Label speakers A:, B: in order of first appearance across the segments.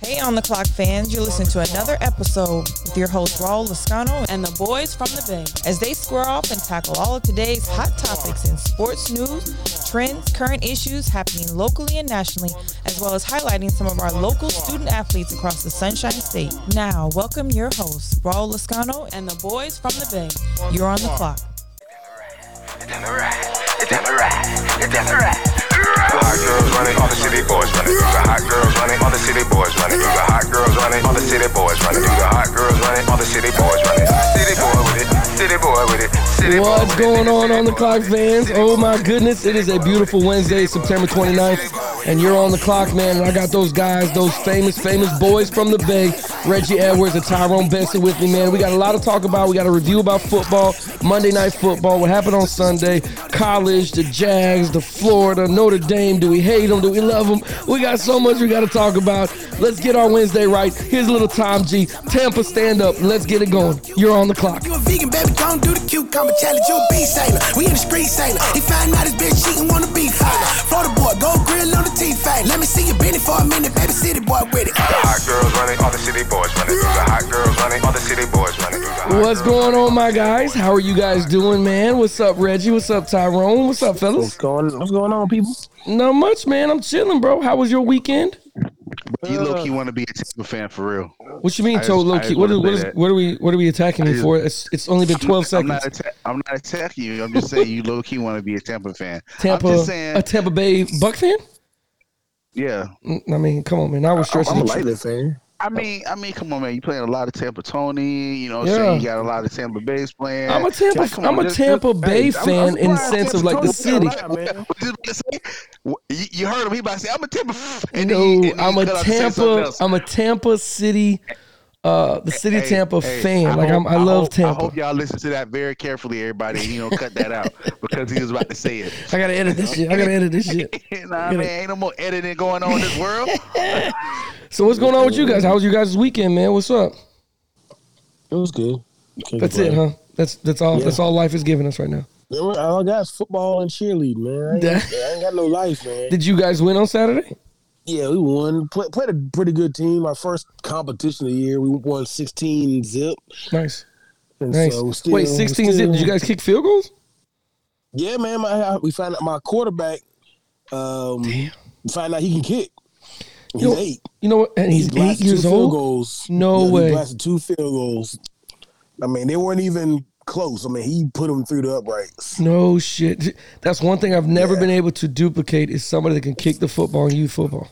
A: Hey, on the clock fans, you're listening to another episode with your host Raul Lascano
B: and the boys from the Bay.
A: as they square off and tackle all of today's hot topics in sports news, trends, current issues happening locally and nationally, as well as highlighting some of our local student athletes across the Sunshine State. Now, welcome your host Raul Lascano, and
B: And the boys from the Bay.
A: you're on the clock.
C: It's time to ride. It's time to ride. It's time to ride. The hot girls running, all the city boys running. The hot girls running, all the city boys running. The hot girls running, all the city boys running. The hot girls running, all the city boys running. City boy with it, city boy with it, city boy.
D: What's
C: with it,
D: going
C: nigga,
D: on
C: city
D: on the
C: boy
D: clock,
C: with it,
D: fans?
C: city
D: Oh
C: boy
D: my
C: with it,
D: goodness, it is a
C: city boy
D: beautiful
C: with it,
D: Wednesday,
C: city boy
D: September
C: with it, city boy with it,
D: 29th, and you're on the clock, man. And I got those guys, those famous, famous boys from the Bay, Reggie Edwards and Tyrone Benson with me, man. We got a lot to talk about. We got a review about football, Monday night football, what happened on Sunday, college, the Jags, the Florida, Notre Dame. Do we hate them? Do we love them? We got so much we got to talk about. Let's get our Wednesday right. Here's a little Tom G. Tampa stand up. Let's get it going. You're on the clock.
E: You a vegan, baby, don't do the cucumber challenge. You a beef sailor. We in the street sailor. He find out his bitch cheating, wanna be fighter. Florida boy, go grill on the teeth fight. Let me see you bend it for a minute, baby. City boy with it.
C: The hot girls running, all the city boys running. The hot girls running, all the city boys running. The hot
D: What's
C: girls-
D: going on, my guys? How are you guys doing, man? What's up, Reggie? What's up, Tyrone? What's up,
F: What's
D: fellas?
F: going What's going on, people?
D: Not much, man. I'm chilling, bro. How was your weekend?
G: You low
D: Uh,
G: key want to be a Tampa fan for real.
D: What you mean,
G: I
D: toe
G: just-
D: low
G: I
D: key?
G: just
D: What, is, what,
G: wanna say
D: is,
G: that.
D: what are we? What are we attacking
G: I
D: me
G: just-
D: for? It's it's only been 12
G: I'm
D: seconds.
G: not, atta- I'm not attacking you. I'm just saying you low key want to be a Tampa fan. I'm
D: Tampa,
G: just saying,
D: a Tampa Bay Buck fan?
G: yeah.
D: Mm, I mean, come on, man. I was stretching.
F: I'm a
D: the truth.
F: Lakers fan.
G: I mean, I mean, come on, man. You playing a lot of Tampa Tony. You know, what I'm
D: Yeah.
G: saying you got a lot of Tampa Bay's playing.
D: I'm a Tampa.
G: Like, come on,
D: I'm a
G: just-
D: Tampa
G: just-
D: Bay
G: hey, I'm-
D: fan
G: I'm
D: in the
G: surprised
D: sense of
G: Tampa
D: like the
G: Tony still
D: city.
G: alive. Just gonna say, wh- You you heard him. He about to say, "I'm a Tampa." f-" And then
D: No,
G: he- and then
D: I'm
G: he
D: a
G: cut out to say something
D: Tampa.
G: else.
D: I'm a Tampa City. Uh, the city of
G: Hey,
D: Tampa
G: hey,
D: fan. Like I'm.
G: hope-
D: I love
G: hope-
D: Tampa.
G: I hope y'all listen to that very carefully, everybody. and You don't cut that out because he was about to say it.
D: I gotta edit this shit. I gotta edit this shit.
G: nah, man, ain't no more editing going on in this world.
D: So what's going on with you guys? How was you guys' weekend, man? What's up?
F: It was good. Can't
D: That's it,
F: complain.
D: huh? That's that's all.
F: Yeah.
D: That's all life is giving us right now.
F: That was- All I got is football and cheerleading, man. I ain't,
D: That-
F: I ain't got no life, man.
D: Did you guys win on Saturday?
F: Yeah, we won. Play, played a pretty good team. Our first competition of the year, we won 16 zip.
D: Nice,
F: And
D: nice.
F: so still,
D: Wait, sixteen zip.
F: still-
D: Did you guys kick field goals?
F: Yeah, man. My, I- we found out my quarterback. Um,
D: Damn.
F: we Find out he can kick. He's
D: Yo,
F: eight.
D: You know what? And he's
F: He
D: eight
F: blasted
D: years
F: two field
D: old.
F: Goals.
D: No
F: Yeah, he
D: way.
F: blasted two field goals. I mean, they weren't even close. I mean, he put them through the uprights.
D: No shit. That's one thing I've never
F: Yeah.
D: been able to duplicate is somebody that can kick the football in youth football.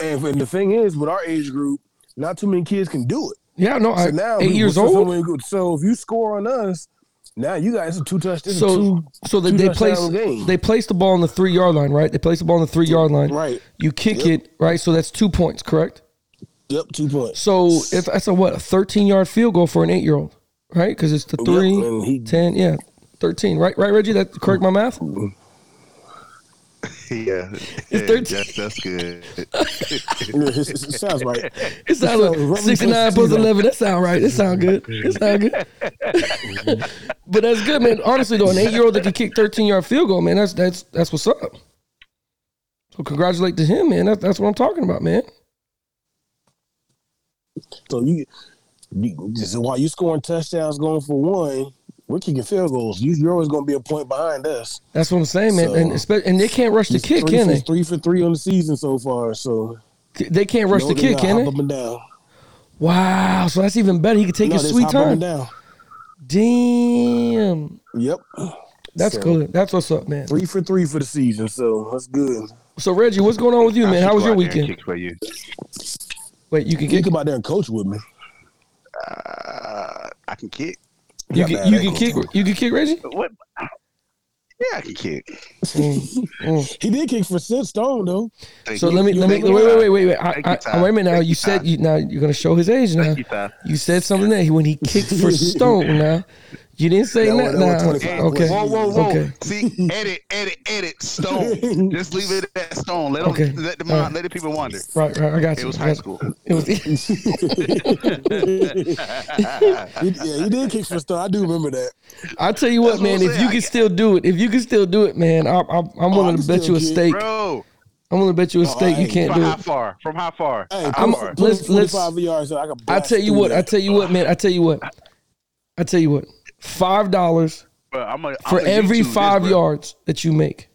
F: And, and the thing is, with our age group, not too many kids can do it.
D: Yeah, no,
F: So
D: I,
F: now,
D: eight
F: we-
D: years
F: so
D: old.
F: we- So if you score on us, now you guys are two touchdowns.
D: So
F: two,
D: so they,
F: two
D: they
F: touchdown
D: place
F: game.
D: they place the ball on the three yard line, right? They place the ball on the three yard line.
F: Right.
D: You kick
F: Yep.
D: it, right? So that's two points, correct?
F: yep, two points.
D: So if that's a what a thirteen yard field goal for an eight year old, right? Because it's the three,
F: and he-
D: 10, yeah, thirteen, right? Right, Reggie? That correct my math?
G: yeah,
D: It's 13.
G: That's, that's good.
F: it sounds right.
D: It sounds like sixty nine plus eleven. That sound right. That sound good. That sound good. but that's good, man. Honestly though, an eight year old that can kick thirteen yard field goal, man, that's that's that's what's up. So congratulate to him, man. That's that's what I'm talking about, man.
F: So you, you just, while you scoring touchdowns, going for one, we're kicking field goals. You, you're always going to be a point behind us.
D: That's what I'm saying, man.
F: So-
D: and espe- and they can't rush the
F: He's
D: kick,
F: three
D: can
F: for,
D: they?
F: Three for three on the season so far. So
D: They can't rush
F: no,
D: the
F: they
D: kick,
F: not
D: can
F: hop
D: they?
F: Up and down.
D: Wow, so that's even better. He can take
F: No,
D: his
F: they
D: sweet
F: hop up and
D: time.
F: down.
D: Damn.
F: Yep,
D: That's
F: So-
D: good. That's what's up, man.
F: three for three for the season. So that's good.
D: So Reggie, what's going on with you,
G: I
D: man?
G: should
D: How was
G: go
D: your
G: out there and
D: weekend?
G: kick for you.
D: Wait, you can
F: You
D: kick.
F: come out there and coach with me.
G: Uh, I can kick.
D: You
F: got
D: can,
F: bad
D: you can
F: ankles.
D: kick. You can kick, Reggie.
G: What? Yeah, I can kick.
F: He did kick for Sid Stone though.
G: Thank
D: Mm. So
G: you.
D: let me let me
G: Thank you,
D: wait wait
G: Ty.
D: wait wait wait. I,
G: Thank you,
D: I,
G: Ty.
D: wait a minute now.
G: Thank
D: You
G: you,
D: said
G: Ty.
D: you now you're gonna show his age now.
G: Thank you, Ty.
D: You said something that when he kicked for Stone now. You didn't say
F: That
D: that
F: was- that was
D: now.
F: 25
D: Okay.
G: Whoa, whoa, whoa!
D: Okay.
G: See, edit, edit, edit. Stone. Just leave it at stone. Let 'em-
D: Okay.
G: let the
D: All right.
G: let the people wander.
D: Right, right. I got you.
G: It was
D: I
G: high
D: got-
G: school.
D: It was.
F: He, yeah, he did kick for Stone. I do remember that.
D: I tell you what,
G: That's what
D: man.
G: I'm
D: If
G: saying.
D: you
G: I
D: can
G: got-
D: still do it, if you can still do it, man, I, I, I'm willing
F: I
D: to
F: can
D: bet
F: Oh, still
D: you a
F: get-
D: steak.
G: Bro,
D: I'm gonna bet
G: Oh,
D: you a steak you
F: hey,
D: can't
G: From
D: do
G: how
D: it.
G: far? From how far?
F: Hey,
G: How
D: I'm-
F: I'm,
G: far?
D: let's-
F: let's,
D: let's-
F: 45 yards. So I can
D: I
F: blast
D: tell you
F: through
D: what. I
F: that.
D: tell you what, man. I tell you what. I tell you what. Five dollars
G: Bro, I'm gonna- I'm
D: for
G: gonna
D: every
G: YouTube this,
D: five
G: bro.
D: yards that you make.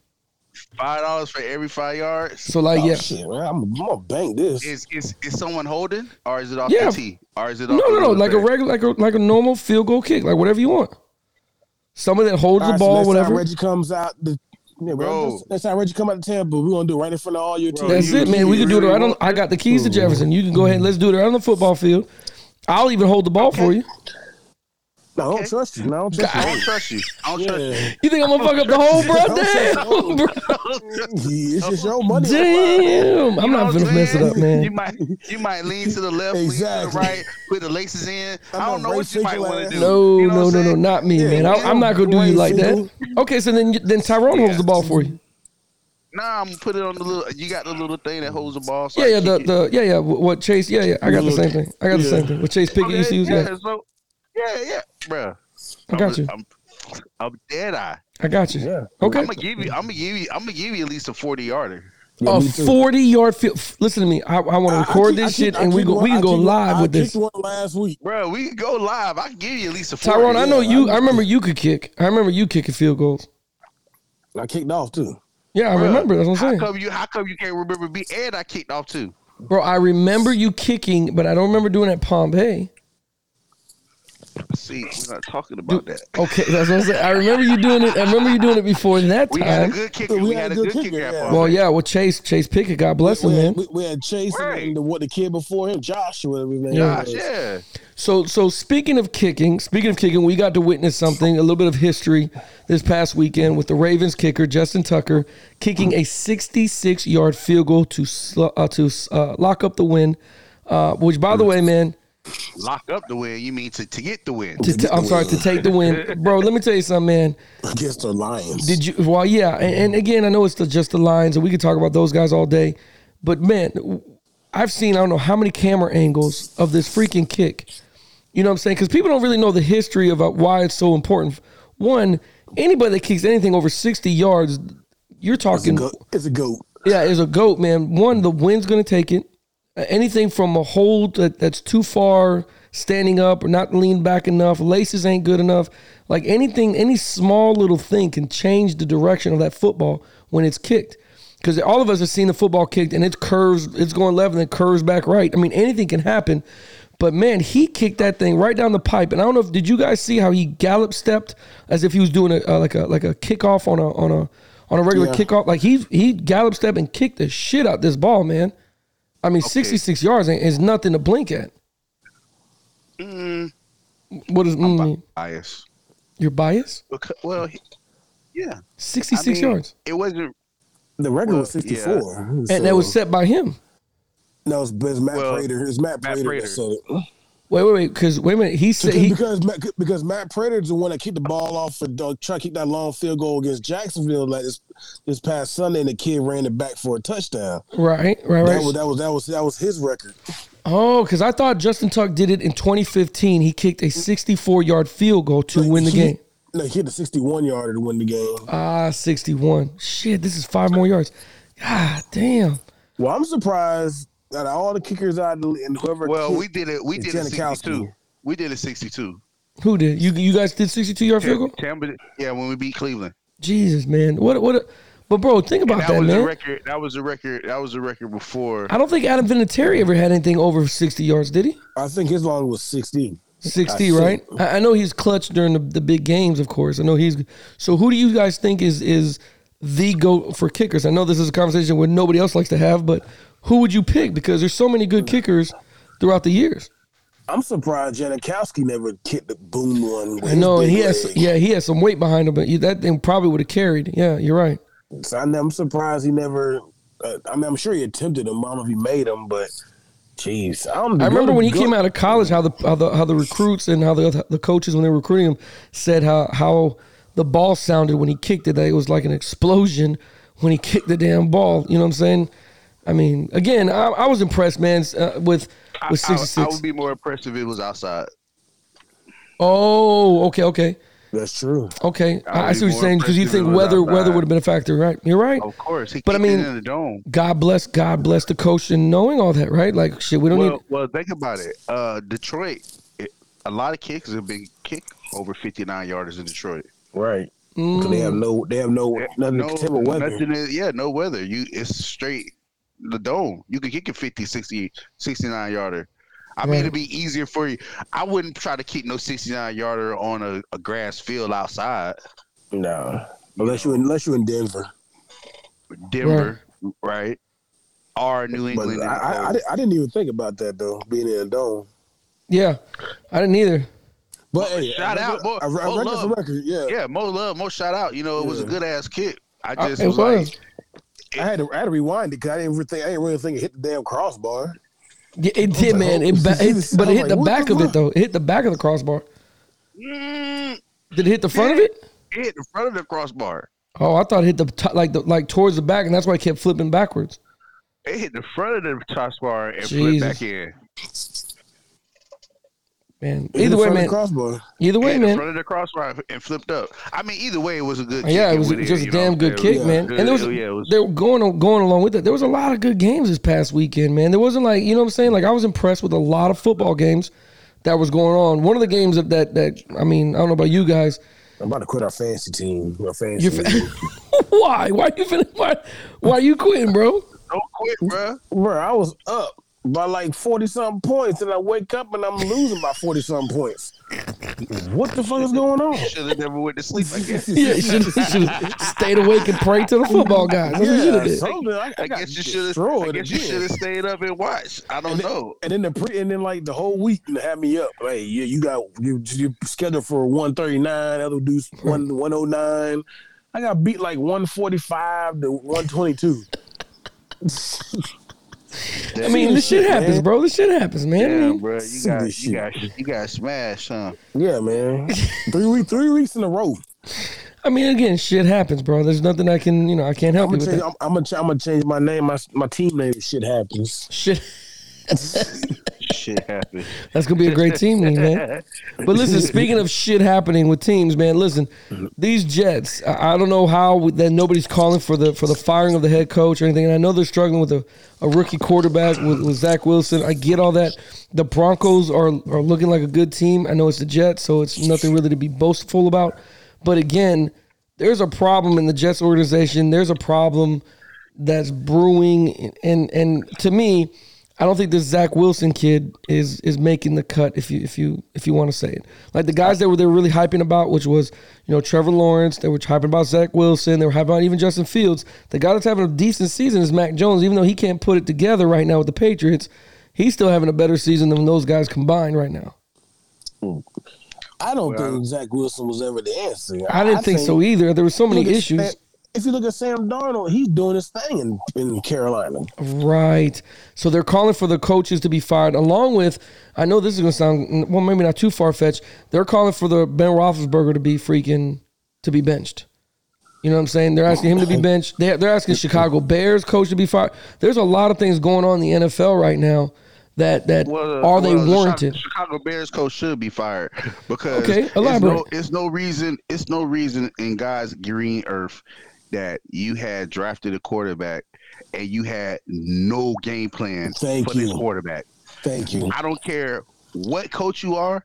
G: Five dollars for every five yards.
D: So like,
F: Oh,
D: yeah.
F: shit, man, I'm, I'm gonna bang this.
G: Is is is someone holding, or is it off
D: Yeah.
G: the tee, or is it
D: No,
G: off?
D: no,
G: the
D: no. Like a
G: regular.
D: regular, like a like a normal field goal kick, like whatever you want. Someone that holds
F: All
D: the
F: right, so
D: ball,
F: that's
D: whatever.
F: How Reggie comes out the. Yeah,
G: Bro.
F: bro. That's, that's how Reggie come out the table. We're gonna do it right in front of all your
G: Bro,
F: team.
D: That's
G: Oh, You-
D: it, man. We
G: you
D: can do it.
G: really
D: I don't.
G: want
D: I got the keys to Jefferson. You can go ahead. and Let's do it around the football field. I'll even hold the ball for you.
F: No, I don't trust you. No, I don't trust
G: I don't trust you. I don't
F: you.
G: trust you.
F: Yeah.
D: You think I'm
G: Oh,
D: gonna fuck up the whole bro?
F: Don't say
D: Damn, bro.
F: Yeah, It's just your money.
D: damn. I'm
G: You know
D: not
G: what
D: gonna mess it
G: saying?
D: up, man.
G: You might you might lean to the left, lean to
F: Exactly.
G: the right, put the laces in. I'm
F: I'm
G: I do not
F: gonna
G: know what
F: race
G: you might
F: your
G: want
F: ass.
G: to do.
D: No,
G: You know
D: no,
G: what
D: no,
G: I'm
D: no,
G: saying?
D: not me,
F: Yeah,
D: man. I, I'm not gonna do you like that. Okay, so then then Tyrone holds the ball for you.
G: Nah, I'm gonna put it on the little. You got the little thing that holds the ball. So
D: Yeah,
G: I
D: yeah,
G: kick
D: the
G: it.
D: the yeah, yeah. wh- What Chase? Yeah, yeah. I got the same thing. I got the
F: Yeah.
D: same thing. What Chase Pickett used to
G: Okay,
D: use?
G: yeah,
D: Yeah,
G: so, yeah, yeah, bro.
D: I got you.
G: I'm, I'm dead eye.
D: I got
F: Yeah.
D: you. Okay.
G: I'm gonna give you. I'm gonna give you. I'm gonna give you at least a forty yarder.
F: Yeah,
D: a
F: me too.
D: 40 yard field. f- Listen to me. I, I want to
F: I- I
D: record
F: kicked- I
D: this shit
F: kicked- I
D: and we
F: kicked
D: go
F: one-
D: we
F: I
D: can go
F: kicked-
D: live
F: I
D: with this.
F: kicked one last week.
G: Bro, we can go live. I can give you at least a forty.
D: Tyrone, I know
F: yeah,
D: you.
F: I
D: I remember you could kick. I remember you kicking field goals.
F: I kicked off too.
D: Yeah, I
G: Bruh,
D: remember. That's what I'm
G: How
D: saying,
G: come you? How come you can't remember me? And I kicked off too.
D: bro. I remember you kicking, but I don't remember doing it at Pompeii.
G: See, we're not talking
D: Do-
G: about that.
D: okay, that's what I'm saying. I remember you doing it. I remember you doing it before that
G: We had a
D: time.
G: good kicker. We, had, a good, kicker. at
F: yeah.
G: Palm
D: Well,
G: Beach.
D: yeah. Well, Chase Chase Pickett, God bless him,
F: we,
D: man.
F: had, we, we had Chase
G: Right.
F: and the, what the kid before him, Josh, or whatever his name
D: Yeah.
G: Gosh,
F: was.
G: yeah.
D: So, so speaking of kicking, speaking of kicking, we got to witness something, a little bit of history this past weekend with the Ravens kicker Justin Tucker kicking a 66-yard field goal to sl- uh, to uh, lock up the win. Uh, which, by the way, man,
G: Lock up the win. You mean to, to get the win?
D: to t- I'm sorry to take the win, bro. Let me tell you something, man.
F: Against the Lions.
D: Did you? Well, yeah, and, and again, I know it's the, just the Lions, and we could talk about those guys all day, but man, w- I've seen I don't know how many camera angles of this freaking kick. You know what I'm saying? Because people don't really know the history of uh, why it's so important. One, anybody that kicks anything over 60 yards, you're
F: it's, a
D: talking,
F: goat. it's a goat.
D: yeah, is a goat, man. One, the wind's going to take it. Uh, Anything from a hold that, that's too far, standing up or not leaned back enough, laces ain't good enough. Like anything, any small little thing can change the direction of that football when it's kicked. Because all of us have seen the football kicked and it curves, it's going left and it curves back right. I mean, anything can happen. But man, he kicked that thing right down the pipe, and I don't know if did you guys see how he gallop stepped as if he was doing a uh, like a like a kickoff on a on a on a regular
F: Yeah.
D: kickoff. Like he he gallop stepped and kicked the shit out this ball, man. I mean, sixty six yards ain't, is nothing to blink at.
G: Mm.
D: What does mm, mean?
G: Bias.
D: Your bias?
G: Because, well, he- yeah.
D: Sixty
G: I
D: six
G: mean,
D: yards,
G: It wasn't.
F: The record was
G: Well, yeah.
F: 64.
D: and that was set by him.
F: No, it's, it's Matt
G: Well,
F: Prater. It's Matt,
G: Matt
F: Prater,
G: Prater.
F: that said it.
D: Wait, wait, wait. Because wait a minute, he said
F: Because,
D: he.
F: because, Matt, because Matt Prater's the one that kicked the ball off for Doug, try to kick that long field goal against Jacksonville like this, this past Sunday, and the kid ran it back for a touchdown.
D: Right, right,
F: That was
D: right.
F: that was that was that was his record.
D: Oh, because I thought Justin Tuck did it in 2015. He kicked a 64 yard field goal to
F: Like,
D: win the
F: he-
D: game.
F: No, he hit the 61 yarder to win the game.
D: Ah, 61. Shit, this is five more yards. God damn.
F: Well, I'm surprised that all the kickers out of the- and whoever.
G: Well,
F: kicked-
G: we did it. We
F: It's
G: did it
F: Janikowski.
G: sixty-two. We did it sixty-two.
D: Who did? You you guys did 62 yard field goal?
G: Tampa. Yeah, when we beat Cleveland.
D: Jesus, man. What what a, but bro, think
G: And
D: about
G: that
D: that,
G: was the
D: man.
G: record. That was the record. That was the record before.
D: I don't think Adam Vinatieri ever had anything over 60 yards, did he?
F: I think his long was 60.
D: 60,
F: I
D: right?
F: think.
D: I, I know he's clutch during the, the big games, of course. I know he's so who do you guys think is is the go for kickers? I know this is a conversation where nobody else likes to have, but who would you pick? Because there's so many good kickers throughout the years.
F: I'm surprised Janikowski never kicked the boom one. with
D: I
F: his
D: know, and
F: big
D: he has
F: leg.
D: yeah, he has some weight behind him, but you- that thing probably would have carried. Yeah, you're right.
F: So I know- I'm surprised he never. Uh, I mean, I'm sure he attempted him. I don't know if he made him, but jeez, I don't.
D: I remember when he came out of college, how the how the how the recruits and how the other- the coaches when they were recruiting him said how how the ball sounded when he kicked it. That it was like an explosion when he kicked the damn ball. You know what I'm saying? I mean, again, I, I was impressed, man, uh, with
G: I,
D: with
G: I, I
D: 66.
G: would be more impressed if it was outside.
D: oh, okay, okay.
F: That's true.
D: Okay, I, I
G: I'd
D: see
G: be
D: what you're
G: more
D: saying because you
G: impressed
D: think
G: if it was
D: weather weather
G: outside.
D: would have been a factor, right? You're right.
G: Of course, he
D: But I
G: kicked it
D: mean-
G: in the dome.
D: God bless God bless the coach and knowing all that, right? Like shit, we don't
G: Well,
D: need.
G: well, think about it. Uh, Detroit, it, a lot of kicks have been kicked over 59 yarders in Detroit.
F: Right.
D: Mm,
F: 'Cause They have no. They have no nothing to contend with weather.
G: nothing is- yeah, no weather. You it's straight the dome. You can kick a 50, 60, 69 yarder. I mean,
D: Right.
G: it'd be easier for you. I wouldn't try to kick no 69 yarder on a, a grass field outside
F: Nah. Unless you unless you in Denver.
G: Denver, right? Or New
F: But
G: England.
F: I, I, I, di- I didn't even think about that though, being in a dome.
D: Yeah, I didn't either.
F: But hey,
G: shout
F: a
G: out,
F: record-
G: boy.
F: A, re- a
G: Oh,
F: record for
G: love.
F: record, yeah.
G: yeah, Mo Love, Mo shout out. You know, it was a
F: Yeah. Uh,
G: good ass kick. I
D: I-
G: just
D: it
G: was,
D: was.
G: like,
F: I had to I had to rewind it because I didn't really think I didn't really think it hit the damn crossbar.
D: Yeah, it did, man. It, ba- it but it hit the
F: oh, What the
D: back of it
F: fuck?
D: though. It hit the back of the crossbar.
G: mm,
D: Did it hit the front of it?
G: it hit in front of the crossbar.
D: Oh, I thought it hit the top, like the like towards the back, and that's why it kept flipping backwards.
G: It hit the front of the crossbar and flipped
D: Jesus.
G: back in.
D: Man,
F: It hit
D: either
F: the
D: way,
F: front of
D: man.
F: the crossbar.
D: Either
G: Hit
D: way,
G: in
D: man.
G: front of the crossbar and flipped up. I mean, either way, it was a good. kick.
D: Yeah, it was
G: went
D: just
G: in,
D: a
G: you know
D: damn
G: what I'm
D: good
G: saying?
D: kick, man.
G: Good.
D: And there was,
G: Hell yeah, it was-
D: they were going on, going along with it. There was a lot of good games this past weekend, man. There wasn't like you know what I'm saying. Like I was impressed with a lot of football games that was going on. One of the games that that, that I mean, I don't know about you guys.
F: I'm about to quit our fantasy team. Our fantasy
D: You're
F: league.
D: fa- why? Why you finna, why, why you quitting, bro?
G: don't quit, bro.
F: Bro, I was up by like 40 something points, and I wake up and I'm losing by 40 something points. What the fuck is going on?
G: Should have never went to sleep. I guess.
D: Yeah, you should have stayed awake and prayed to the football guys. That's what you should have did.
F: something. I, I
G: I
F: got
G: guess you should have. I
F: destroyed
G: guess you should
F: again.
G: have stayed up and watched. I don't know.
F: And then the pre, and then like the whole week they had me up. Like you, you got you, you scheduled for one thirty nine. Other dudes one one oh nine. I got beat like one forty five to one twenty two.
D: I mean, this shit happens,
F: man.
D: bro. This shit happens, man. I
G: Yeah,
D: mean,
G: bro. You got,
F: this
G: you got, you got smashed, huh?
F: Yeah, man. three week, three weeks in a row.
D: I mean, again, shit happens, bro. There's nothing I can, you know, I can't help
F: I'm
D: you
F: gonna
D: with
F: change.
D: that.
F: I'm, I'm gonna, ch- I'm gonna change my name. My my team name. if Shit happens.
D: Shit,
G: Shit happened.
D: that's gonna be a great team name, man. But listen, speaking of shit happening with teams, man, listen, these Jets. I, I don't know how that nobody's calling for the for the firing of the head coach or anything. And I know they're struggling with a, a rookie quarterback with, with Zach Wilson. I get all that. The Broncos are are looking like a good team. I know it's the Jets, so it's nothing really to be boastful about. But again, there's a problem in the Jets organization. There's a problem that's brewing, and and to me, I don't think this Zach Wilson kid is is making the cut. If you if you if you want to say it, like the guys that were they were really hyping about, which was you know Trevor Lawrence. They were hyping about Zach Wilson. They were hyping about even Justin Fields. The guy that's having a decent season is Mac Jones, even though he can't put it together right now with the Patriots. He's still having a better season than those guys combined right now.
F: I don't think Zach Wilson was ever the answer.
D: I didn't think, so either. There were so many
F: look at
D: issues.
F: Sam- if you look at Sam Darnold, he's doing his thing in, in Carolina.
D: Right. So they're calling for the coaches to be fired, along with, I know this is going to sound, well, maybe not too far fetched. They're calling for the Ben Roethlisberger to be freaking, to be benched. You know what I'm saying? They're asking him to be benched. They're, they're asking Chicago Bears coach to be fired. There's a lot of things going on in the NFL right now that, that
G: Well, uh,
D: are they
G: well, the Chi-
D: warranted?
G: Chicago Bears coach should be fired because
D: Okay,
G: it's,
D: elaborate.
G: no, it's no reason. It's no reason in God's green earth that you had drafted a quarterback and you had no game plan
F: Thank
G: for
F: you.
G: this quarterback.
F: Thank you.
G: I don't care what coach you are.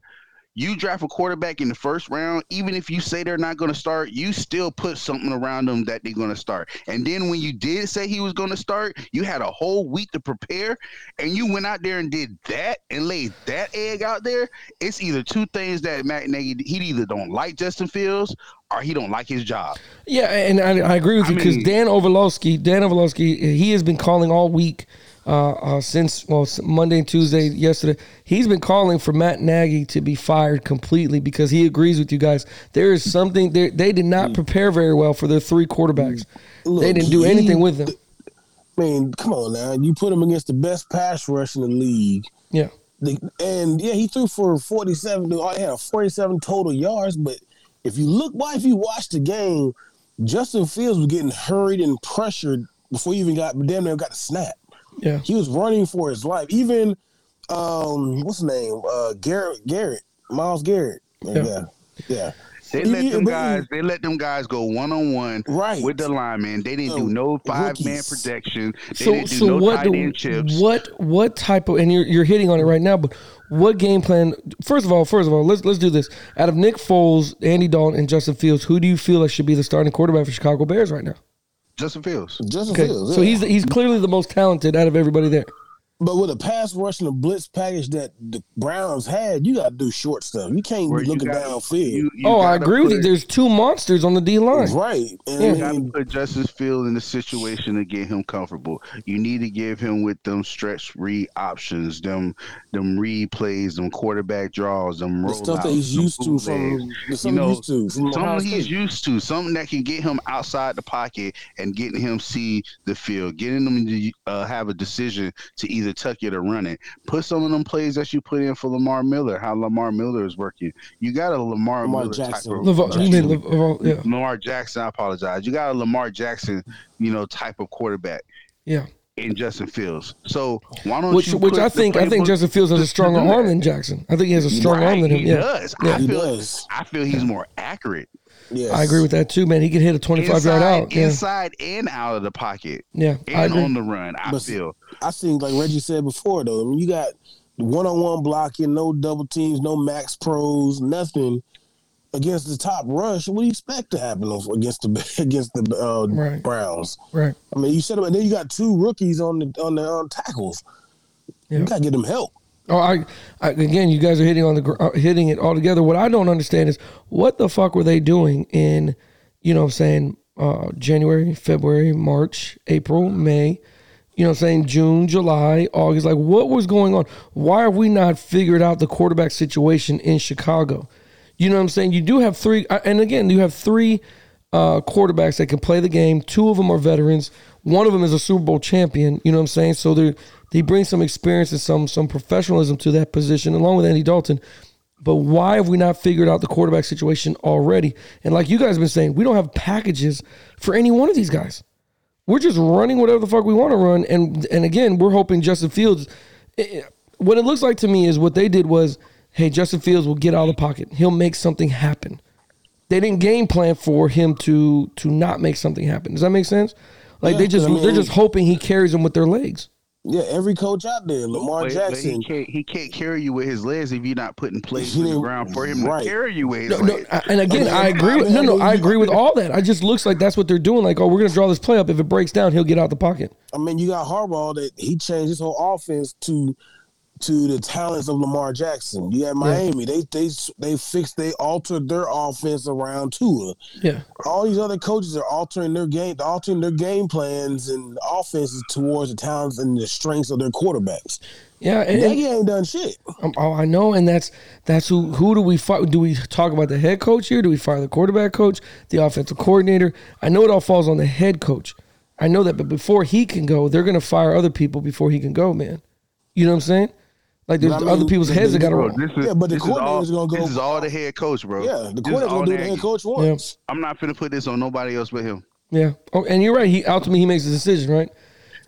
G: You draft a quarterback in the first round, even if you say they're not going to start, you still put something around them that they're going to start. And then when you did say he was going to start, you had a whole week to prepare, and you went out there and did that and laid that egg out there. It's either two things that Matt Nagy he either don't like Justin Fields or he don't like his job.
D: Yeah, and I, I agree with
G: I
D: you because
G: mean-
D: Dan Overlowski, Dan Overlowski, he has been calling all week uh, uh, since well s- Monday and Tuesday yesterday. He's been calling for Matt Nagy to be fired completely because he agrees with you guys. There is something they they did not prepare very well for their three quarterbacks. they
F: Look,
D: didn't do
F: he-
D: anything with them.
F: I mean, come on now. You put him against the best pass rush in the league.
D: Yeah,
F: The, and yeah, he threw for 47. to- Oh, yeah, 47 total yards. But if you look, why if you watch the game, Justin Fields was getting hurried and pressured before he even got damn near got the snap.
D: yeah,
F: He was running for his life. Even um, what's his name? Uh, Garrett Garrett Miles Garrett.
D: Yeah.
F: yeah. yeah.
G: They
F: You-
G: let
F: you-
G: them
F: but-
G: guys. They let them guys go one on one
F: Right.
G: with the lineman. They didn't do no five man
F: rookies.
G: protection. They
D: So
G: didn't do
D: so
G: no
D: what
G: tight
D: do
G: end chips.
D: what what type of and you're you're hitting on it right now, but what game plan? First of all, first of all, let's let's do this. Out of Nick Foles, Andy Dalton, and Justin Fields, who do you feel like should be the starting quarterback for Chicago Bears right now?
G: Justin Fields.
F: Justin
D: Okay,
F: Fields.
D: so
F: yeah.
D: he's he's clearly the most talented out of everybody there.
F: But with a pass rush and a blitz package that the Browns had, you got to do short stuff. You can't
G: where
F: be
G: you
F: looking
G: gotta-
F: downfield.
G: you- you
D: Oh, I
G: gotta
D: agree with you.
G: put-
D: There's two monsters on the D line.
F: Right. And
D: Yeah.
F: I
G: You gotta
F: mean,
G: put Justice Field in the situation to get him comfortable. You need to give him with them stretch read options, them them replays, them quarterback draws, them
F: the
G: rollouts,
F: stuff that he's
G: them
F: used to from
G: bootlegs.
F: the
G: You know,
F: used to from Ohio
G: Something he's
F: State.
G: used to, something that can get him outside the pocket and getting him see the field, getting him to uh, have a decision to either tuck it or run it. Put some of them plays that you put in for Lamar Miller, how Lamar Miller is working. You got a Lamar,
F: Lamar
G: Miller
F: Jackson.
G: type of
D: Levo- you mean Levo- yeah,
G: Lamar Jackson. I apologize. You got a Lamar Jackson, you know, type of quarterback
D: yeah.
G: in Justin Fields. So why don't
D: Which
G: you?
D: which
G: put
D: I
G: the
D: think I think
G: playbook-
D: Justin Fields has a stronger
G: do that.
D: arm than Jackson. I think he has a stronger arm
G: Right,
D: than him.
G: He
D: Yeah.
G: does. I
F: He
G: feel.
F: does.
G: I feel he's more accurate
F: Yes.
D: I agree with that too, man. He can hit a 25 yard
G: inside,
D: out. Yeah,
G: inside and out of the pocket
D: yeah. I
G: and
D: agree.
G: on the run. I
F: But-
G: feel.
F: I think, like Reggie said before, though, I mean, you got one on one blocking, no double teams, no max pros, nothing against the top rush. What do you expect to happen over- against the against the uh,
D: Right.
F: Browns?
D: right.
F: I mean, you said about then you got two rookies on the on the on tackles.
D: Yeah.
F: You got to get them help.
D: Oh, I, I again, you guys are hitting on the gr- uh, hitting it all together. What I don't understand is what the fuck were they doing in, you know, what I'm saying uh, January, February, March, April, May, you know, what I'm saying June, July, August. Like, what was going on? Why have we not figured out the quarterback situation in Chicago? You know what I'm saying? You do have three, uh, and again, you have three uh, quarterbacks that can play the game. Two of them are veterans. One of them is a Super Bowl champion. You know what I'm saying? So they they bring some experience and some some professionalism to that position, along with Andy Dalton. But why have we not figured out the quarterback situation already? And like you guys have been saying, we don't have packages for any one of these guys. We're just running whatever the fuck we want to run, and and again, we're hoping Justin Fields. eh, What it looks like to me is what they did was, hey, Justin Fields will get out of the pocket. He'll make something happen they didn't game plan for him to to not make something happen. Does that make sense? Like they
F: Yeah,
D: just
F: I mean-
D: they're just hoping he carries them with their legs.
F: Yeah, every coach out there, Lamar
G: But- but
F: Jackson.
G: he, can't, he can't carry you with his legs if you're not putting plays
F: He
G: on the
F: didn't-
G: ground for him
F: right.
G: to carry you with his
D: No, no,
G: legs.
D: I- and again, I agree with no, no, I agree with all that. I just looks like that's what they're doing. Like, oh, we're gonna draw this play up. If it breaks down, he'll get out the pocket.
F: I mean, you got Harbaugh that he changed his whole offense to to the talents of Lamar Jackson. You got Miami; they they they fixed, they altered their offense around Tua.
D: Yeah,
F: All these other coaches are altering their game, altering their game plans and offenses towards the talents and the strengths of their quarterbacks.
D: yeah. And,
F: Nagy ain't done shit.
D: um, oh, I know, and that's that's who who do we fight? Do we talk about the head coach here? Do we fire the quarterback coach, the offensive coordinator? I know it all falls on the head coach. I know that, but before he can go, they're gonna fire other people before he can go, man. You know what I'm saying? Like there's
F: But I mean,
D: other people's
F: the-
D: heads that
F: the-
D: gotta
G: Bro,
D: roll.
G: this is,
F: Yeah, but the
G: this is all,
F: coordinator's gonna go-
G: This is all the head coach, bro.
F: Yeah, the
G: This is
F: quarterback
G: all
F: gonna do what the
G: Nagy.
F: head coach wants.
G: I'm not finna put this on nobody else but him.
D: Yeah. Oh, and you're right. He ultimately he makes the decision, right?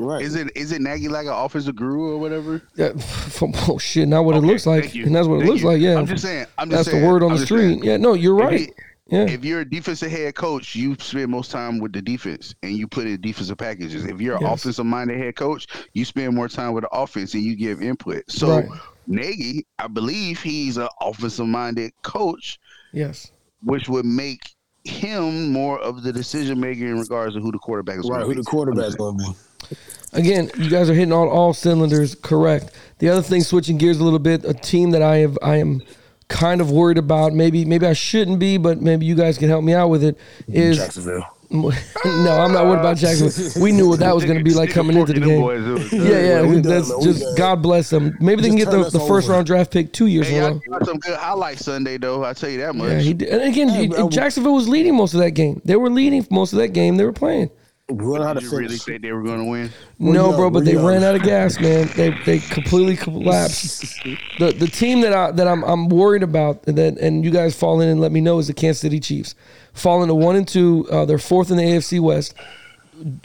F: Right?
G: Is it is it Nagy like an offensive guru or whatever?
D: Yeah. oh shit, not what
G: Okay,
D: it looks like,
G: thank you.
D: and that's what it
G: Thank
D: looks
G: you.
D: like. Yeah.
G: I'm just saying. I'm just
D: that's
G: saying,
D: the word on
G: I'm
D: the
G: just
D: street.
G: saying.
D: Yeah. No, you're
G: If
D: right.
G: it-
D: yeah.
G: If you're a defensive head coach, you spend most time with the defense and you put in defensive packages. If you're an
D: Yes.
G: offensive minded head coach, you spend more time with the offense and you give input. So
D: Right.
G: Nagy, I believe he's an offensive minded coach,
D: yes.
G: which would make him more of the decision maker in regards to who the quarterback is.
F: right?
G: gonna
F: Who
G: be.
F: the quarterback's gonna be?
D: Again, you guys are hitting all, all cylinders correct. The other thing, switching gears a little bit, a team that I have I am kind of worried about. Maybe maybe I shouldn't be, but maybe you guys can help me out with it. Is
F: Jacksonville.
D: no, I'm not worried about Jacksonville. We knew what that was going to be like
G: Stick a
D: coming
G: fork
D: into the
G: in
D: game.
G: them boys. uh,
D: Yeah, yeah.
F: we done,
D: that's
F: man, we
D: just
F: done.
D: God bless them. Maybe they
F: Just
D: can get
F: turn
D: the,
F: us
D: the first
F: over.
D: round draft pick two years
G: Hey,
D: in a
G: y'all
D: row.
G: got some good highlights Sunday though. I will tell you that much.
D: Yeah, he did. And again,
F: Hey,
D: he-
F: bro.
D: Jacksonville was leading most of that game. They were leading for most of that game. They were playing.
F: We don't know how to
G: Did you really
F: finish.
G: think they were going to win?
D: no,
F: young,
D: bro, but
F: we're
D: they
F: young.
D: ran out of gas, man. They they completely collapsed. the the team that I that I'm I'm worried about and that and you guys fall in and let me know is the Kansas City Chiefs. Falling to one and two, uh, they're fourth in the AFC West.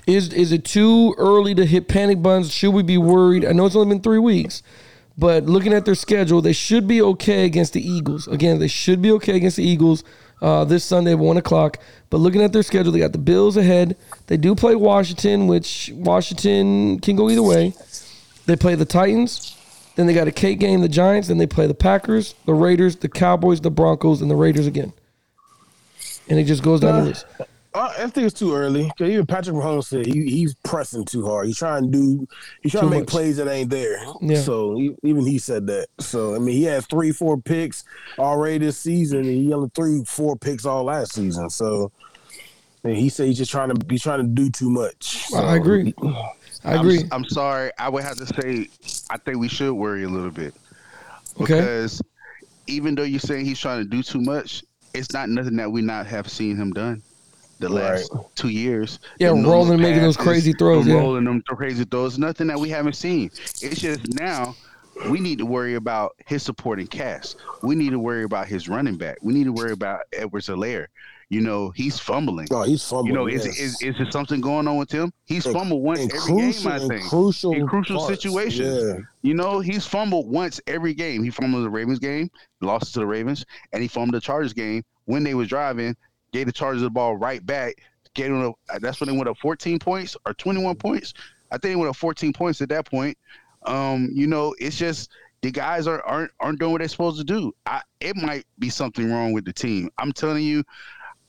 D: Is is it too early to hit panic buttons? Should we be worried? I know it's only been three weeks, But looking at their schedule, they should be okay against the Eagles. Again, they should be okay against the Eagles uh, this Sunday at one o'clock. But looking at their schedule, they got the Bills ahead. They do play Washington, which Washington can go either way. They play the Titans. Then they got a K game, the Giants. Then they play the Packers, the Raiders, the Cowboys, the Broncos, and the Raiders again. And it just goes down the list.
F: Uh, I think it's too early. 'Cause even Patrick Mahomes said he, he's pressing too hard. He's trying to do, he's trying
D: Too
F: to make
D: much.
F: plays that ain't there.
D: Yeah.
F: So e- even he said that. So I mean, he had three, four picks already this season, and he only three, four picks all last season. So and he said he's just trying to, he's trying to do too much. So,
D: I agree. I
G: I'm-
D: agree.
G: I'm, sorry. I would have to say, I think we should worry a little bit
D: Okay.
G: because even though you're saying he's trying to do too much, it's not nothing that we not have seen him done the last two years.
D: Yeah,
G: The numerous
D: rolling and making those crazy throws,
G: the
D: yeah.
G: rolling them crazy throws. Nothing that we haven't seen. It's just now. We need to worry about his supporting cast. We need to worry about his running back. We need to worry about Edwards Alaire. You know, he's fumbling.
F: oh, he's fumbling.
G: You know, is,
F: yes.
G: is is there something going on with him? He's
F: And-
G: fumbled once
F: and
G: every
F: crucial-
G: game, I
F: and
G: think.
F: crucial
G: in crucial
F: parts,
G: situations.
F: yeah.
G: You know, he's fumbled once every game. He fumbled the Ravens game, lost to the Ravens, and he fumbled the Chargers game when they was driving, gave the Chargers the ball right back. Gave them a, that's when they went up 14 points or 21 points. I think they went up 14 points at that point. Um, you know, it's just the guys are aren't aren't doing what they're supposed to do. I, it might be something wrong with the team. I'm telling you,